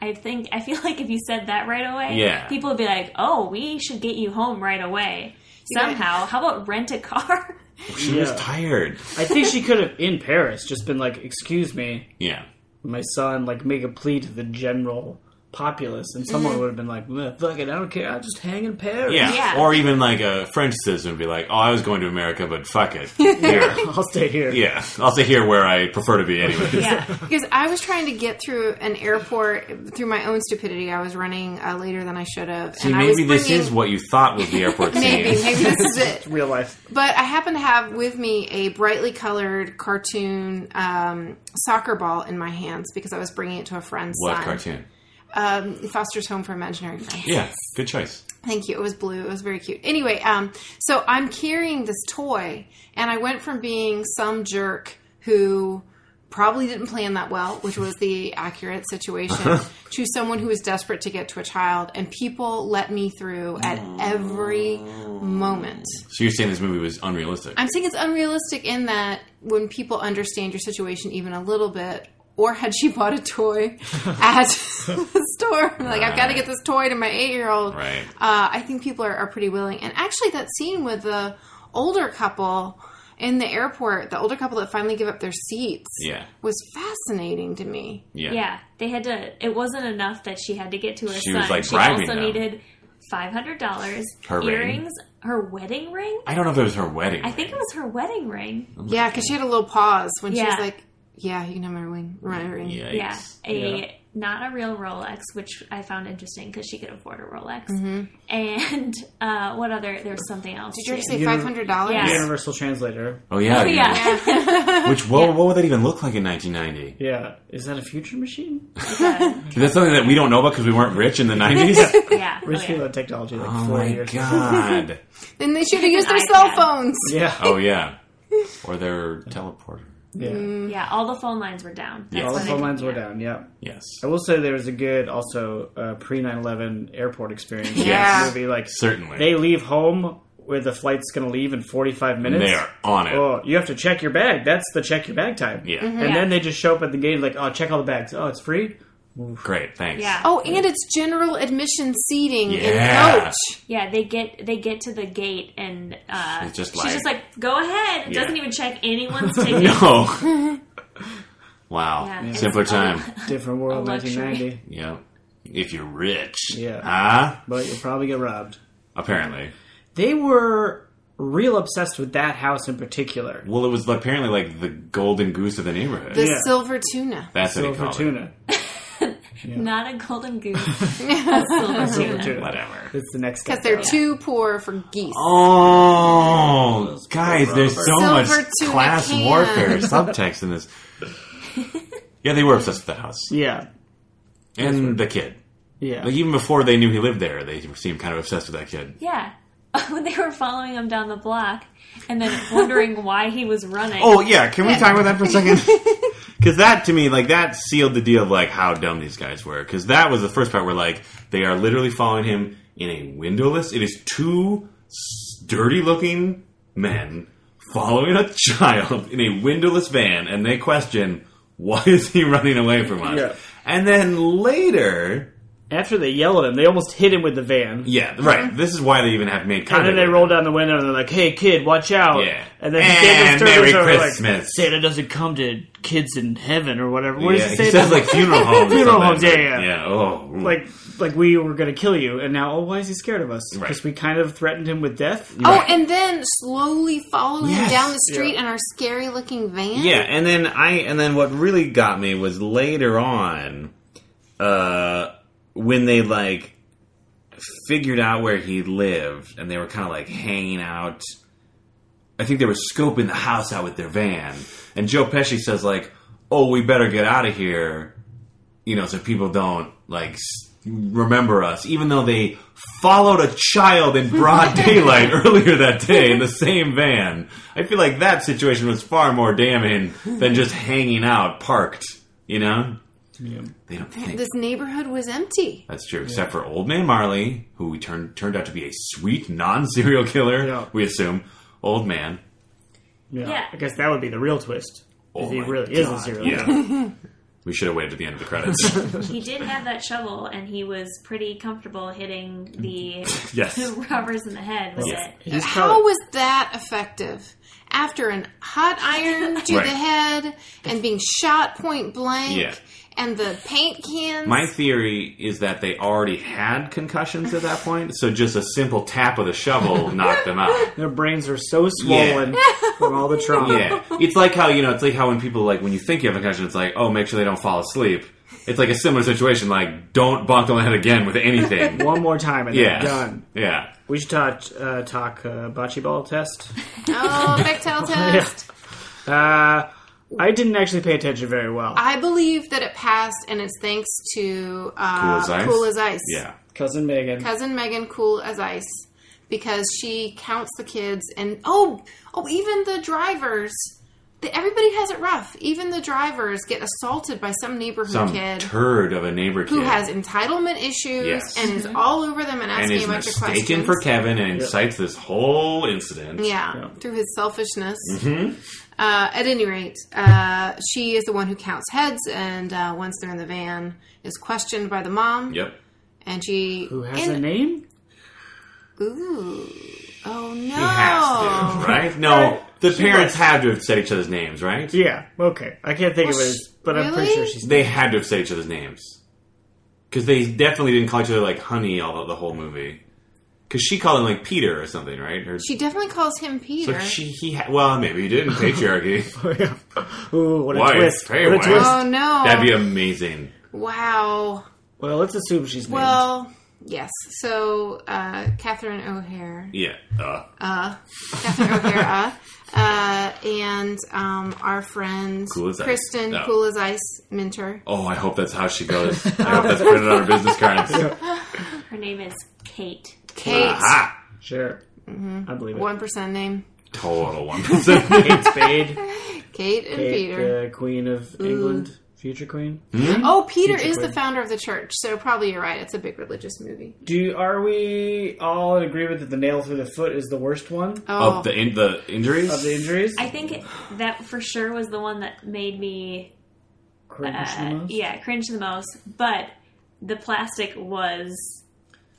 i think i feel like if you said that right away Yeah. people would be like oh we should get you home right away somehow how about rent a car She was Yeah. tired. I think she could have, in Paris, just been like, excuse me, Yeah. my son, like, make a plea to the general populace. And someone Mm. would have been like, "Meh, fuck it, I don't care. I'll just hang in Paris. yeah. Yeah. Or even like a French citizen would be like, oh, I was going to America, but fuck it. Here. I'll stay here. yeah. I'll stay here where I prefer to be anyway. yeah Because I was trying to get through an airport through my own stupidity. I was running uh, later than I should have. See, I maybe was this is what you thought was the airport scene. Maybe, maybe this is it. Real life. But I happen to have with me a brightly colored cartoon um, soccer ball in my hands because I was bringing it to a friend's What son. cartoon? Um, Foster's Home for Imaginary Friends. Yeah. Good choice. Thank you. It was blue. It was very cute. Anyway, um, so I'm carrying this toy, and I went from being some jerk who probably didn't plan that well, which was the accurate situation, to someone who was desperate to get to a child, and people let me through at every moment. So you're saying this movie was unrealistic? I'm saying it's unrealistic in that when people understand your situation even a little bit, or had she bought a toy at the store, like I've got to get this toy to my eight year old. Right. Uh, I think people are, are pretty willing. And actually, that scene with the older couple in the airport, the older couple that finally give up their seats Yeah. was fascinating to me. Yeah. Yeah. they had to. It wasn't enough that she had to get to her She son. was, like, she bribing also them. needed five hundred dollars, Her ring. earrings, her wedding ring. I don't know if it was her wedding. I think it was her wedding ring. Oh Yeah, because she had a little pause when she Yeah. was like, "Yeah, you can have my ring, my ring." Yeah. Yeah, a Yeah. not a real Rolex, which I found interesting because she could afford a Rolex. And uh, what other? There was something Mm-hmm. else. Did you already too. say You- five hundred dollars? Yeah. Universal translator. Oh yeah. yeah. yeah. Which what, what would that even look like in 1990? Yeah, is that a future machine? Oh, That's something that we don't know about because we weren't rich in the 90s. yeah. Rich oh, people had technology like Oh four my years. god. Then they should have used their iPad. cell phones. Yeah, Oh yeah. Or their teleporter. yeah. yeah. Yeah, all the phone lines were down. That's All the when I phone could- lines were Mm, yeah. down. Yeah. Yes. I will say there was a good also uh, pre 9/11 airport experience in Yeah. this movie. Like Certainly. they leave home where the flight's going to leave in 45 minutes. They are on it. Oh, you have to check your bag. That's the check your bag time. yeah. And Mm-hmm. Yeah. then they just show up at the gate like, oh, check all the bags. Oh, it's free. Great. Thanks. Yeah. Oh, and it's general admission seating in Yeah. coach. Yeah, they get they get to the gate and uh, She's just she's like- just like, go ahead. and Yeah. Doesn't even check anyone's ticket. No. wow. Yeah, it's- Simpler time. Different world, A luxury. 1990. Yep. If you're rich. Yeah. Huh? But you'll probably get robbed. Apparently. They were real obsessed with that house in particular. Well, it was apparently like the golden goose of the neighborhood. The Yeah. silver tuna. That's what he Silver called tuna. Not a golden goose, a silver Silver tuna. it. tuna. Whatever. It's the next Because step. they're too poor for geese. Oh, guys, there's so Silver much tuna class can. warfare subtext in this. Yeah, they were obsessed with that house Yeah. and the kid. Yeah. Like even before they knew he lived there, they seemed kind of obsessed with that kid. Yeah, when they were following him down the block and then wondering why he was running. Oh yeah, can we talk about that for a second? Because that to me, like that sealed the deal of like how dumb these guys were. Because that was the first part where like they are literally following him in a windowless. It is two dirty looking men following a child in a windowless van, and they question why is he running away from us? Yeah. And then later, After they yelled at him, they almost hit him with the van. yeah, right. This is why they even have made And contact. then they with him. roll down the window and they're like, "Hey, kid, watch out!" Yeah. And then And Santa's Merry turtles are like, Christmas. "Santa doesn't come to kids in heaven or whatever." What yeah, does it say? he says like funeral homes. or Funeral homes, something. yeah, yeah. yeah. Oh, ooh. like, like we were gonna kill you, and now, oh, why is he scared of us? Right. Because we kind of threatened him with death. Oh, and then slowly follow him Yes. down the street Yeah. in our scary looking van. Yeah, and then I and then what really got me was later on, uh, when they like figured out where he lived, and they were kind of like hanging out. I think they were scoping the house out with their van, and Joe Pesci says like, "Oh, we better get out of here," you know, so people don't like s- remember us, even though they followed a child in broad daylight earlier that day in the same van. I feel like that situation was far more damning than just hanging out parked. You know, they don't think. This neighborhood was empty. That's true, except for Old Man Marley, who we turned turned out to be a sweet non-serial killer. Yeah. We assume old man. Yeah. I guess that would be the real twist. Oh if he my really is a serial. killer. Yeah. we should have waited to the end of the credits. He did have that shovel, and he was pretty comfortable hitting the yes. robbers in the head with Yeah. it. He's How was that effective? After an hot iron to Right. the head and being shot point blank, Yeah. and the paint cans. My theory is that they already had concussions at that point, so just a simple tap with a shovel knocked them out. Their brains are so swollen from all the trauma. Yeah. It's like how, you know, it's like how when people like when you think you have a concussion, it's like, oh, make sure they don't fall asleep. It's like a similar situation, like don't bonk on the head again with anything. One more time and yeah. they're done. Yeah. We should talk uh, talk uh, bocce ball test. oh, Bechtel test. Uh, I didn't actually pay attention very well. I believe that it passed, and it's thanks to uh, Cool as Ice? Ice. Yeah. Cousin Megan. cousin Megan Cool as Ice because she counts the kids and oh oh even the drivers the, everybody has it rough even the drivers get assaulted by some neighborhood Some kid turd of a neighbor kid. who has entitlement issues Yes. and Mm-hmm. is all over them and and asking is a bunch of mistaken questions for Kevin and incites this whole incident. yeah, Yeah. through his selfishness. Mm-hmm. Uh, at any rate, uh, she is the one who counts heads, and uh, once they're in the van, is questioned by the mom, Yep. and she Who has and- a name? Ooh. Oh no. Oh. He has to, right? No, The parents had to have said each other's names, right? Yeah, okay. I can't think Well, of it, as- sh- but I'm pretty really? sure she's. They had to have said each other's names because they definitely didn't call each other like honey all the, the whole movie. Because she called him like Peter or something, right? Or, She definitely calls him Peter. so she he ha- well maybe he didn't patriarchy. oh, Ooh, what a Wife, twist! hey, what a wife. twist! oh no! That'd be amazing. wow. Well, let's assume she's named. Well, yes. So uh, Catherine O'Hare, Yeah. Uh, Catherine O'Hare, uh, uh, and um, our friend Cool as ice. Kristen, Oh. cool as ice, Minter. oh, I hope that's how she goes. I hope that's printed on her business cards. Her name is Kate. Kate, Aha! sure. I believe mm-hmm. it. one percent name. Total one percent. Kate Spade, Kate and Kate, uh, Peter. Mm. the Queen of England, future Queen. Oh, Peter Future is Queen. the founder of the church, so probably you're right. It's a big religious movie. Do you- are we all in agreement that the nail through the foot is the worst one Oh, of the in- the injuries. of the injuries? I think it, that for sure was the one that made me Cringe the uh, most? yeah cringe the most. But the plastic was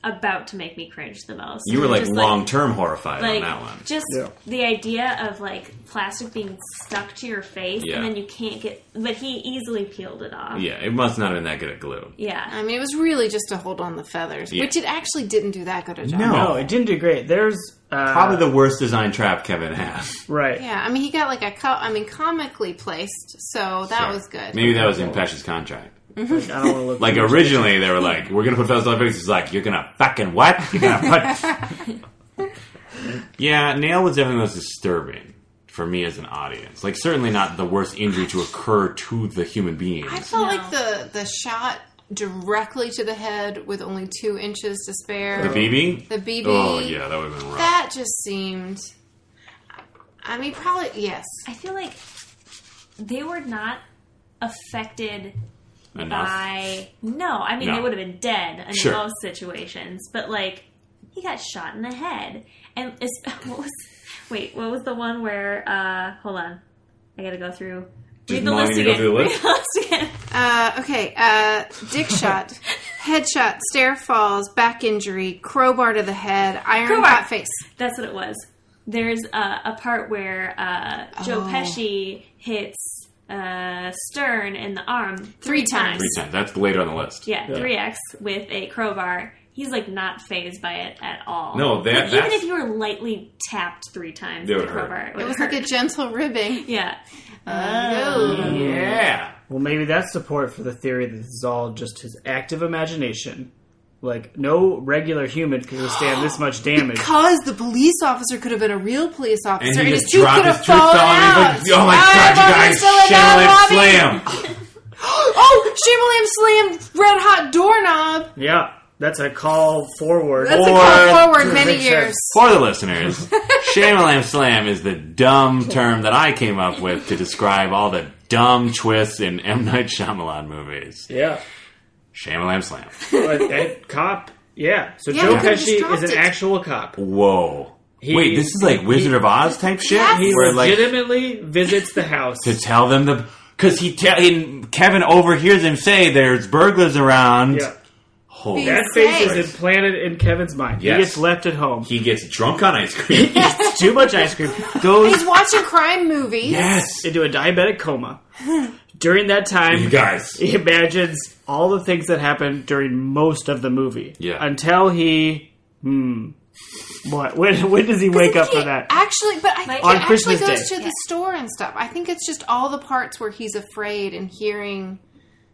about to make me cringe the most. you were like Just, long term horrified on like that one. just Yeah. the idea of like plastic being stuck to your face Yeah. and then you can't get but he easily peeled it off Yeah, it must not have been that good at Uh, glue. yeah I mean, it was really just to hold on the feathers, Yeah. which it actually didn't do that good a job. No. No, Oh, it didn't do great. There's uh, Probably the worst design trap Kevin has. right. Yeah, I mean, he got like a co- I mean, comically placed, so that was good. Maybe that was in Pesci's contract. I don't want to look Like too much. originally they were like, "We're gonna put feathers on the face." It's like you're gonna fucking what? You're gonna put. yeah, nail was definitely the most disturbing for me as an audience. Like certainly not the worst injury to occur to the human being. I felt like the the shot directly to the head with only two inches to spare. The BB. The BB. Oh yeah, that would have been rough. That just seemed. I mean, probably yes. i feel like they were not affected Enough. by no i mean No. they would have been dead in Sure. most situations but like he got shot in the head and it's, what was wait what was the one where uh hold on i gotta go through Did read the Molly list need to go again through the read list? the list again Uh, okay, uh, dick shot, head shot, stair falls, back injury, crowbar to the head, iron Crowbar. hot face. That's what it was. There's uh, a part where uh, Joe Oh. Pesci hits uh, Stern in the arm Three times. Three times. That's later on the list. Yeah, three X with a crowbar. He's like not phased by it at all. No, that- Like, even that's- if you were lightly tapped three times It with a would hurt. crowbar, it, would It was hurt. like a gentle ribbing. yeah. No. Yeah. Well, maybe that's support for the theory that this is all just his active imagination. Like no regular human could withstand this much damage. Because the police officer could have been a real police And officer, he and just his tooth dropped could his have tooth fallen down. out. And he's like, oh my I'm god, you already guys, still a bad Shannon Bobby. Slam. Oh, Chamberlain slammed red hot doorknob. Yeah, that's a call forward. That's a Or- call forward many Big years. For the listeners, Shamalam Slam is the dumb term that I came up with to describe all the dumb twists in M. Night Shyamalan movies. yeah, Shamalam Slam. But that cop. Yeah, so Yeah, Joe he could've just Pesci dropped is an it. actual cop. Whoa. He- Wait, this is like Wizard of Oz type shit? Yes. He Where like legitimately visits the house. to tell them the because he tell and Kevin overhears him say there's burglars around. Yeah. Holy Yeah. That face Christ. is implanted in Kevin's mind. Yes. He gets left at home. He gets drunk on ice cream. Too much ice cream. Goes He's watching crime movies. yes. into a diabetic coma. During that time, You guys. he imagines all the things that happened during most of the movie. Yeah. Until he, hmm, what? When, when does he wake up for He that? Actually, but I think On it actually Christmas goes Day. to the store and stuff. I think it's just all the parts where he's afraid and hearing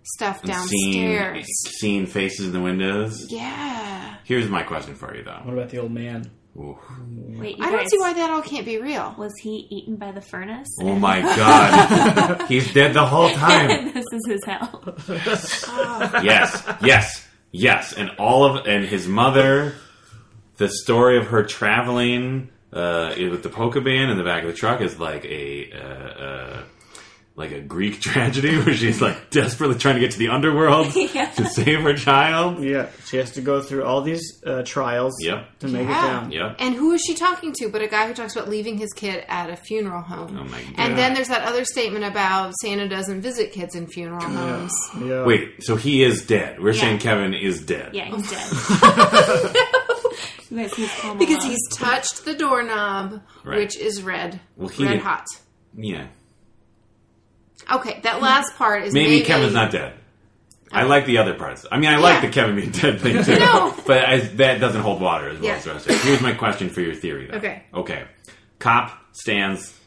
stuff Seeing, downstairs. seeing faces in the windows. Yeah. Here's my question for you though. What about the old man? Ooh. Wait, you I don't guys, see why that all can't be real. Was he eaten by the furnace? Oh my god. He's dead the whole time. And this is his hell. Yes, yes, yes. And all of and his mother, the story of her traveling uh, with the polka band in the back of the truck is like a uh, uh, like a Greek tragedy where she's like desperately trying to get to the underworld Yeah. to save her child. Yeah, she has to go through all these uh, trials Yep. to make Yeah. it down. Yep. And who is she talking to but a guy who talks about leaving his kid at a funeral home? Oh my god. And then there's that other statement about Santa doesn't visit kids in funeral homes. Yeah. Wait, so he is dead. We're saying Kevin is dead. Yeah, he's dead. Because he's Kamala. Because he's touched the doorknob, Right. which is red, Well, he red didn't- hot. Yeah. Okay, that last part is Maybe maybe Kevin's not dead. I like the other parts. I mean, I like Yeah. the Kevin being dead thing too, No. but I, that doesn't hold water as well Yeah. as the rest. of it. Here's my question for your theory. Though. Okay. Okay. Cop stands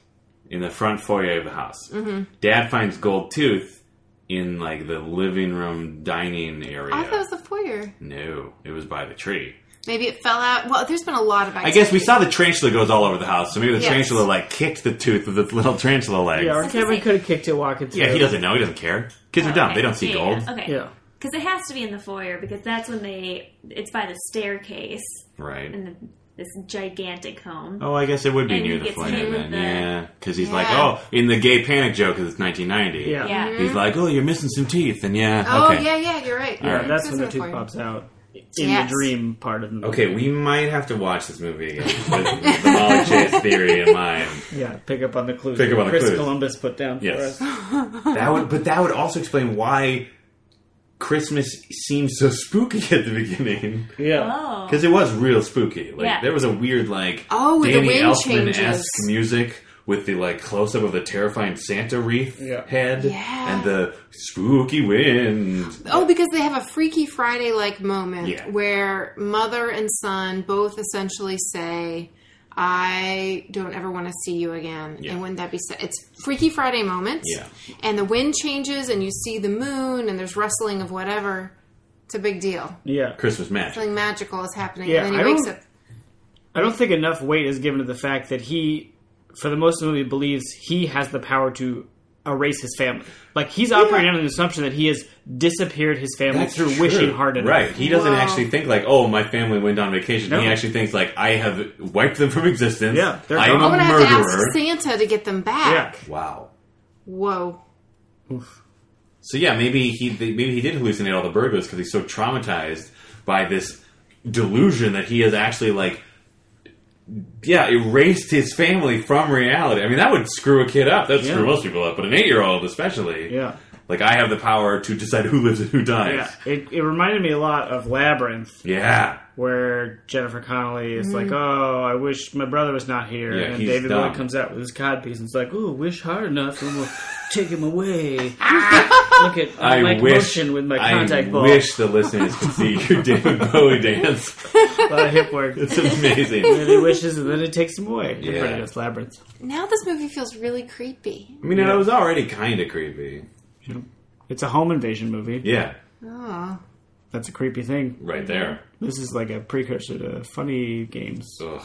in the front foyer of the house. Mm-hmm. Dad finds gold tooth in like the living room dining area. I thought it was the foyer. no, it was by the tree. Maybe it fell out. Well, there's been a lot of. I guess we saw the tarantula goes all over the house, so maybe the Yes. tarantula like kicked the tooth with its little tarantula legs. Yeah, Yeah, or Kevin could have kicked it walking through. he doesn't know. He doesn't care. Kids Oh, are dumb. Okay. They don't see Yeah, gold. yeah, Okay. Yeah. Because it has to be in the foyer because that's when they. It's by the staircase Right. in the, this gigantic home. Oh, I guess it would be And near he the gets foyer hit with then, the- yeah. Because he's like, Yeah. oh, in the gay panic joke, because it's 1990. Yeah. Yeah. Mm-hmm. He's like, oh, you're missing some teeth, and yeah, Oh okay. yeah, yeah, you're right. Yeah, Alright. that's It when was the in the tooth foyer. pops out in Yes. the dream part of the movie. Okay, we might have to watch this movie again with the Molly Chase theory in mind. Yeah, pick up on the clues. Pick up on the Chris clues. Columbus put down Yes. for us. That would, but that would also explain why Christmas seems so spooky at the beginning Yeah. Oh. because it was real spooky. Like Yeah. there was a weird like Oh, with the Danny wind Elfman-esque changes. music with the like close up of the terrifying Santa wreath Yeah. head Yeah. and the spooky wind. Oh, because they have a Freaky Friday like moment Yeah. where mother and son both essentially say, I don't ever want to see you again. Yeah. And wouldn't that be sad? It's Freaky Friday moments. Yeah. And the wind changes and you see the moon and there's rustling of whatever. It's a big deal. Yeah. Christmas magic. Something magical is happening. Yeah, and then I he wakes don't- up. I don't think enough weight is given to the fact that he, for the most of the movie, believes he has the power to erase his family. Like he's operating under the assumption that he has disappeared his family through true. wishing hard enough. Right. He doesn't Wow. actually think like, oh, my family went on vacation. No. He actually thinks like, I have wiped them from existence. Yeah, they're I gone. am I'm a going to have to ask murderer. Santa to get them Yeah. back. Wow. Whoa. So yeah, maybe he maybe he did hallucinate all the burglars because he's so traumatized by this delusion that he has actually like, yeah, erased his family from reality. I mean, that would screw a kid up. That'd Yeah. screw most people up, but an eight year old especially. Yeah. Like I have the power to decide who lives and who Yeah. dies. It, it reminded me a lot of Labyrinth, Yeah. where Jennifer Connelly is like, "Oh, I wish my brother was not here," Mm-hmm. Yeah, and he's David dumb. Lloyd comes out with his codpiece and it's like, "Ooh, wish hard enough, and we'll take him away." Look at I my wish motion with my contact I ball. wish the listeners could see your David Bowie dance. A lot of hip work. It's amazing. and he wishes, and then it takes him away. Yeah. Everybody does labyrinth. Now this movie feels really creepy. I mean, it was already kind of creepy. It's a home invasion movie. Yeah, Oh. That's a creepy thing. right there. This is like a precursor to funny games. Ugh.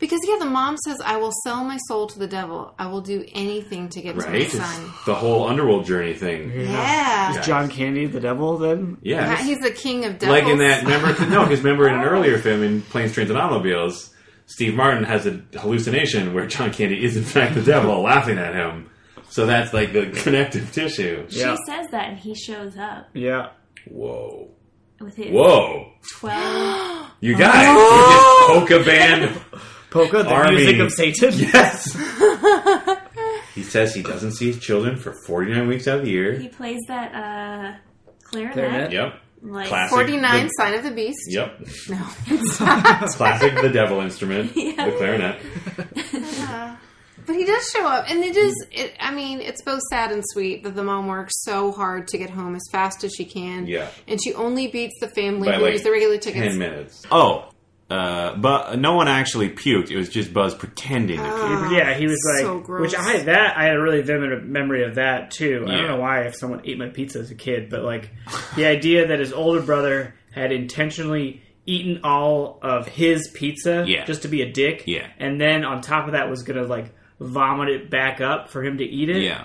Because yeah, the mom says, "I will sell my soul to the devil. I will do anything to get to my Right? son." The whole underworld journey thing. Yeah, Is John Candy the devil then? Yeah, Yeah. he's the king of devils. Like in that, remember, no, because remember in an earlier film in Planes, Trains, and Automobiles, Steve Martin has a hallucination where John Candy is in fact the devil laughing at him. So that's like the connective tissue. She says that and he shows up Yeah. Whoa. with his Whoa. 12. You guys, you just polka band Polka, the Army. music of Satan. Yes. he says he doesn't see his children for 49 weeks out of the year. he plays that uh, clarinet. Clarinet. Yep. Like, Classic. forty-nine The- sign of the beast. Yep. No, Classic the devil instrument, Yeah. the clarinet. but he does show up, and it is. It, I mean, it's both sad and sweet that the mom works so hard to get home as fast as she can. Yeah. and she only beats the family By, who like, use the regular 10 tickets. minutes. Oh. Uh, but no one actually puked. It was just Buzz pretending to Ah. puke. Yeah, he was like, So gross. which I that I had a really vivid memory of that too. I Yeah. don't know why if someone ate my pizza as a kid, but like the idea that his older brother had intentionally eaten all of his pizza Yeah. just to be a dick, Yeah. and then on top of that was gonna like vomit it back up for him to eat it. Yeah.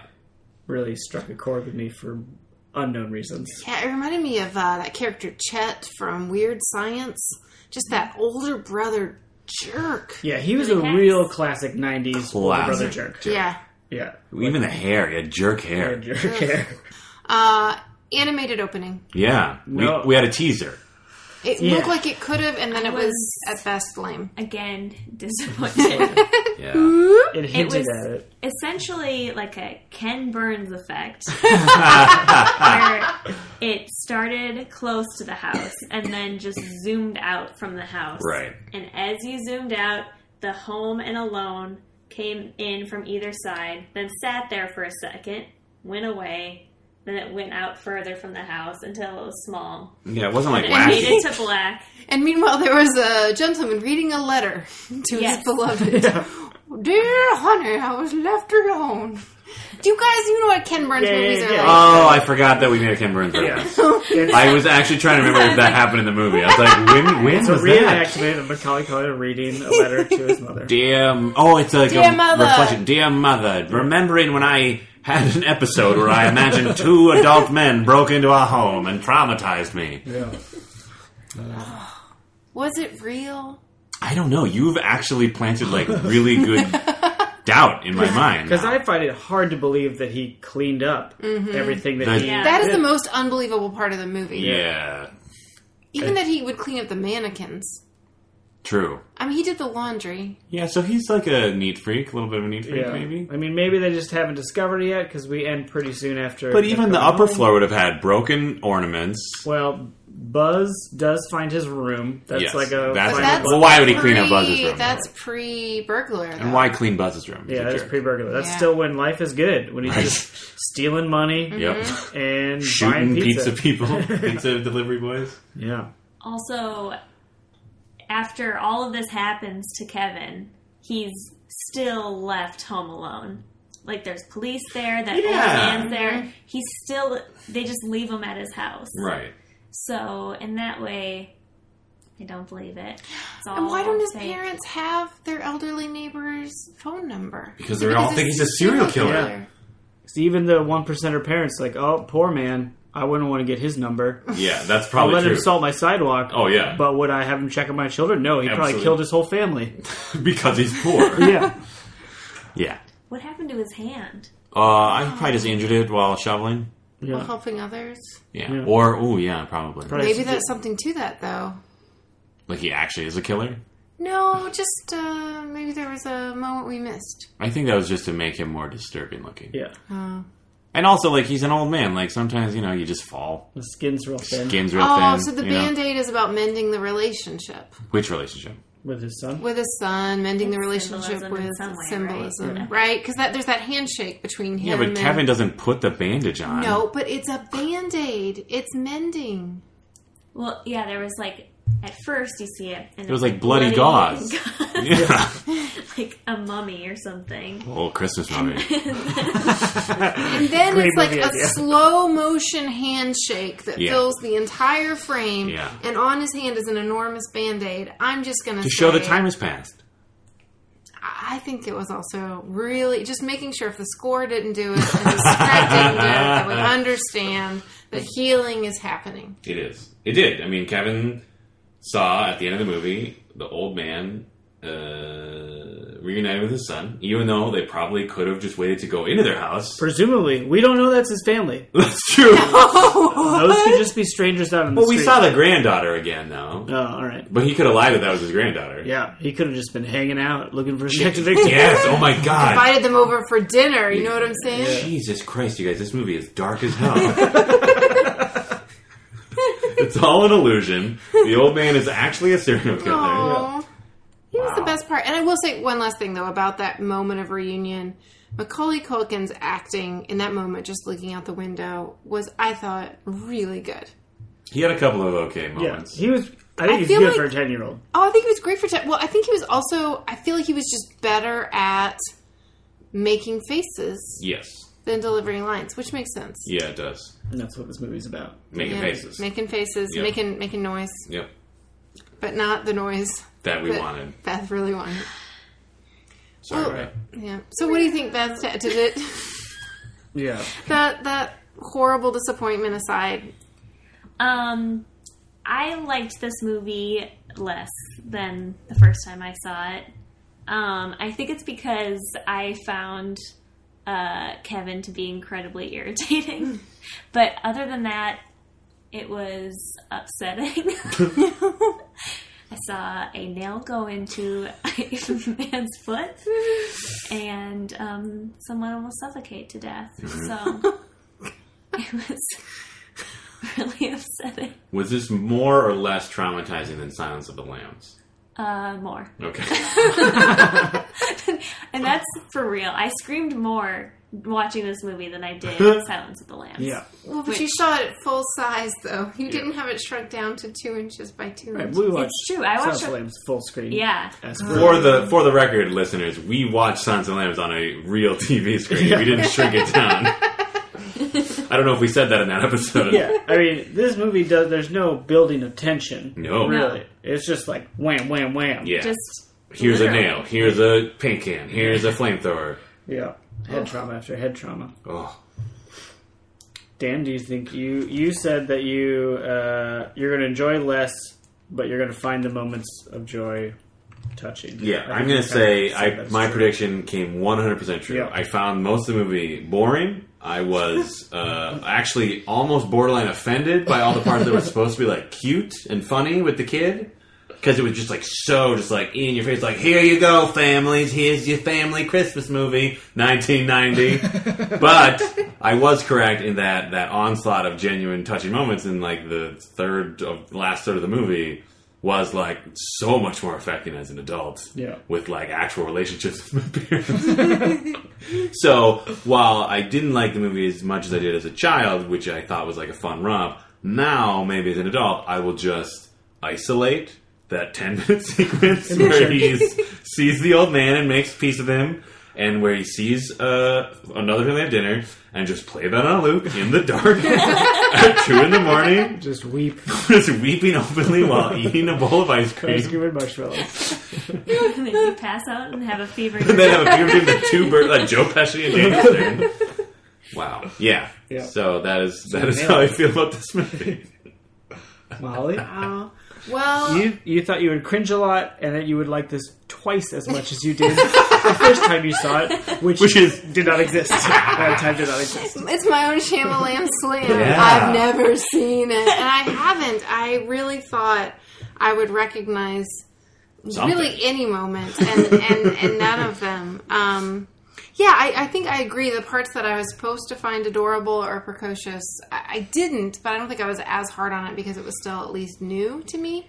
really struck a chord with me for unknown reasons. Yeah, it reminded me of uh, that character Chet from Weird Science. Just that older brother jerk. Yeah, he was a Yes. real classic '90s older brother Classic jerk. Yeah. Yeah, Even the hair. He had jerk a hair. jerk. Uh, animated opening. Yeah. No. We, we had a teaser. It Yeah. looked like it could have, and then I it was was- at best lame. Again, disappointed. Yeah. It it hinted was at it. essentially like a Ken Burns effect, where it started close to the house and then just zoomed out from the house. Right. And as you zoomed out, the home and alone came in from either side, then sat there for a second, went away, then it went out further from the house until it was small. Yeah, it wasn't like And it wacky. faded to black. And meanwhile, there was a gentleman reading a letter to Yes. his beloved. Dear honey, I was left alone. Do you guys you know what Ken Burns Yeah, yeah, movies are yeah. like? Oh, I forgot that we made a Ken Burns reference. I was actually trying to remember if that happened in the movie. I was like, when, when It's was a real that? activate of Macaulay Culkin reading a letter to his mother. Dear, oh, it's like Dear a mother. reflection. Dear mother, remembering when I had an episode where I imagined two adult men broke into our home and traumatized me. Yeah. Was it real? I don't know. You've actually planted like really good doubt in my mind. Because now. I find it hard to believe that he cleaned up Mm-hmm. everything that The- he. Yeah. That is did. the most unbelievable part of the movie. yeah, Even that he would clean up the mannequins. true. I mean, he did the laundry. Yeah, so he's like a neat freak, a little bit of a neat freak, Yeah. maybe. I mean, maybe they just haven't discovered it yet because we end pretty soon after. But even the upper floor would have had broken ornaments. Well, Buzz does find his room. That's Yes. like a. That's- final That's Well, why would he clean up pre- Buzz's room? That's pre burglar. And why clean Buzz's room? Yeah, He's a that's jerk. pre burglar. That's Yeah. still when life is good, when he's Right. just stealing money Mm-hmm. Yep. and buying Shooting pizza. pizza. people, pizza delivery boys. Yeah. Also, after all of this happens to Kevin, he's still left home alone. Like there's police there, that old Yeah. man's Mm-hmm. there. He's still. They just leave him at his house. Right. So in that way, I don't believe it. It's all And why don't his fake. parents have their elderly neighbor's phone number? Because they all think he's a serial killer. So even the one percenter parents, like, oh, poor man, I wouldn't want to get his number. Yeah, that's I'll probably let true. him salt my sidewalk. Oh, yeah. But would I have him check on my children? No, he probably Absolutely. killed his whole family. because he's poor. Yeah. yeah. What happened to his hand? Uh, I probably just injured it while shoveling. While yeah. helping others. Yeah. Yeah. Or, oh, yeah, probably. Probably- Maybe that's something to that, though. Like he actually is a killer. No, just uh, maybe there was a moment we missed. I think that was just to make him more disturbing looking. Yeah. Oh, And also, like, he's an old man. Like, sometimes, you know, you just fall. The skin's real thin Skin's real oh thin. so the you know? band aid is about mending the relationship Which relationship? with his son. with his son, mending the It's relationship symbolism in with some way, symbolism, right? right? Because that there's that handshake between Yeah, him. but and, Kevin doesn't put the bandage on. No, but it's a band aid. It's mending. Well, yeah, there was like at first you see it, and it was, like, bloody gauze. Yeah. like a mummy or something. Old Christmas movie. And then Great it's like movie a idea. slow motion handshake that Yeah. fills the entire frame. Yeah. And on his hand is an enormous band aid. I'm just going to show the time has passed. I think it was also really just making sure if the score didn't do it and the script didn't do it, I would understand that healing is happening. It is. It did. I mean, Kevin saw at the end of the movie the old man uh, reunited with his son, even though they probably could have just waited to go into their house. Presumably, we don't know that's his family. That's true. Those could just be strangers out in the well, we street. saw the granddaughter again, though. Oh, all right. But he could have lied that that was his granddaughter. Yeah, he could have just been hanging out looking for a next victim. Yes. Oh my God. Invited them over for dinner. You know what I'm saying? Jesus Christ, you guys! This movie is dark as hell. it's all an illusion. The old man is actually a serial killer. Aww. He was the Wow. best part. And I will say one last thing though about that moment of reunion. Macaulay Culkin's acting in that moment, just looking out the window, was I thought really good. He had a couple of okay Yeah, moments. he was. I think I he's feel good like- for a ten-year-old. Oh, I think he was great for. Te- well, I think he was also. I feel like he was just better at making faces. Yes. than delivering lines, which makes sense. Yeah, it does. And that's what this movie's about. Making Yeah. faces. making faces, Yeah. making making noise, yep. but not the noise That we But- wanted. Beth really wanted. Sorry. Oh. Right. Yeah. So what do you think Beth did? It Yeah, that that horrible disappointment aside. Um, I liked this movie less than the first time I saw it. Um, I think it's because I found uh, Kevin to be incredibly irritating. but other than that, It was upsetting. I saw a nail go into a man's foot, and um, someone almost suffocate to death. So it was really upsetting. Was this more or less traumatizing than Silence of the Lambs? Uh, more, Okay. and that's for real. I screamed more watching this movie than I did Silence of the Lambs. Yeah. Well, but Which- you saw it at full size, though. You didn't have it shrunk down to two inches by two Right, inches. we watched it's true. I Silence watched. of the it- Lambs full screen. Yeah, As For the for the record, listeners, we watched Silence of the Lambs on a real TV screen. We didn't shrink it down. I don't know if we said that in that episode. yeah, I mean, this movie does. There's no building of tension. No. really, it's just like wham, wham, wham. Yeah. just here's literally. a nail. Here's a paint can. Here's a flamethrower. yeah. Head trauma after head trauma. Oh, Dan, do you think you you said that you uh, you're going to enjoy less, but you're going to find the moments of joy touching? yeah. I I'm think gonna you kinda say said I that's my true. prediction came 100 percent true. Yeah. I found most of the movie boring. I was uh, actually almost borderline offended by all the parts that were supposed to be like cute and funny with the kid. Because it was just like so, just like in your face, like here you go, families. Here's your family Christmas movie, 1990. but I was correct in that that onslaught of genuine touching moments in like the third of last third of the movie was like so much more affecting as an adult. Yeah. with like actual relationships with my parents. so while I didn't like the movie as much as I did as a child, which I thought was like a fun romp, now maybe as an adult I will just isolate that 10 minute sequence where he sees the old man and makes peace with him and where he sees uh, another family at dinner and just play that on a loop in the dark at 2 in the morning just weep. just weeping openly while eating a bowl of Ice ice cream cream and marshmallows. and then you pass out and have a fever. and then have a few between the two birds like Joe Pesci and Daniel Stern wow yeah. Yeah. so that is that is nailed how I it. feel about this movie Molly, Wow. Well, you you thought you would cringe a lot, and that you would like this twice as much as you did the first time you saw it, which, Which is- did not exist. that time did not exist. it's my own Shyamalan slam. Yeah. I've never seen it, and I haven't. I really thought I would recognize Something. really any moment, and and, and none of them. Um, yeah, I, I think I agree. The parts that I was supposed to find adorable or precocious, I, I didn't, but I don't think I was as hard on it because it was still at least new to me.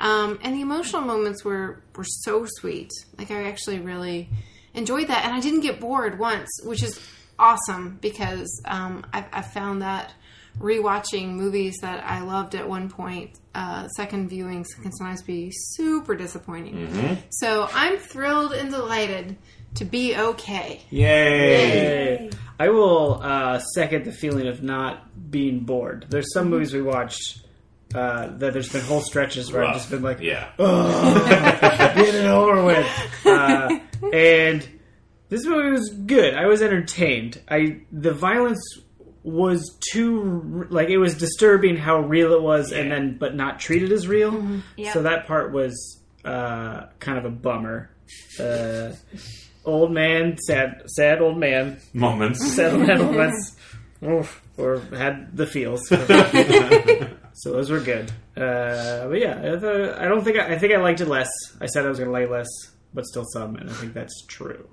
Um, and the emotional moments were were so sweet. Like I actually really enjoyed that, and I didn't get bored once, which is awesome because um, I've, I've found that rewatching movies that I loved at one point, uh, second viewings can sometimes be super disappointing. So I'm thrilled and delighted to be okay. yay I will uh, second the feeling of not being bored. There's some movies we watched uh, that there's been whole stretches where I've Rough. just been like, yeah get it over with. Uh, and this movie was good. I was entertained. I the violence was too like it was disturbing how real it was, and then but not treated as real. Yeah. So that part was uh, kind of a bummer. Uh, old man, sad, sad old man moments settled elements oof, or had the feels. so those were good. Uh, but yeah, I thought- I don't think I, I think I liked it less. I said I was going to like less, but still some, and I think that's true.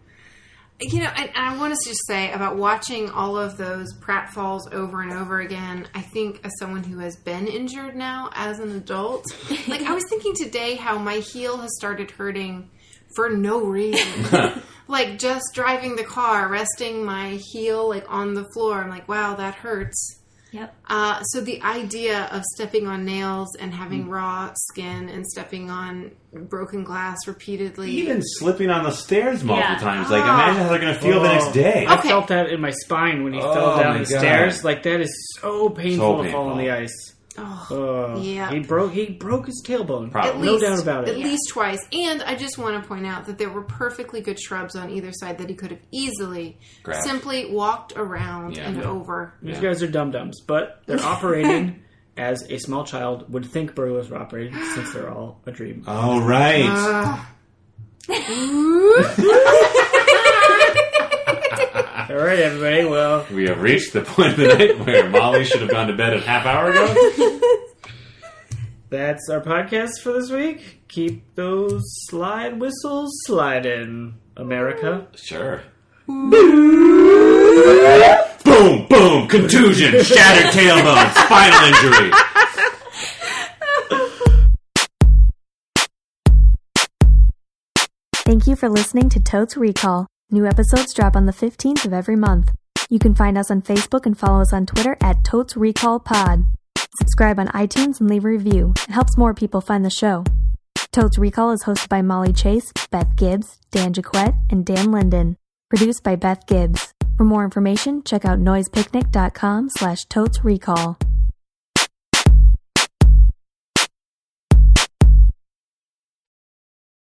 You know, and, and I want to just say about watching all of those pratfalls over and over again. I think as someone who has been injured now as an adult, like I was thinking today how my heel has started hurting for no reason. like just driving the car, resting my heel like on the floor. I'm like, wow, that hurts. Yep. Uh, so the idea of stepping on nails and having raw skin and stepping on broken glass repeatedly. even slipping on the stairs multiple Yeah. times like imagine how they're gonna feel the Oh. next day I Okay. felt that in my spine when he Oh, fell down my the God. stairs. Like that is so painful, So to fall on painful. the ice. Oh. Ugh. Yeah. he broke he broke his tailbone. Probably. At no least, doubt about it. At least twice. And I just want to point out that there were perfectly good shrubs on either side that he could have easily Grabbed. simply walked around Yeah. and Yeah. over. These Yeah. guys are dum dums, but they're operating as a small child would think burglars were operating, since they're all a dream. all right Ooh. All right, everybody. Well, We have reached the point of the night where Molly should have gone to bed a half hour ago. that's our podcast for this week. Keep those slide whistles sliding, America. Sure. boom, boom, contusion, shattered tailbone, spinal injury. Thank you for listening to Totes Recall. New episodes drop on the 15th of every month. You can find us on Facebook and follow us on Twitter at Totes Recall Pod. Subscribe on iTunes and leave a review. It helps more people find the show. Totes Recall is hosted by Molly Chase, Beth Gibbs, Dan Jaquette, and Dan Linden. Produced by Beth Gibbs. For more information, check out noisepicnic.com slash totes recall.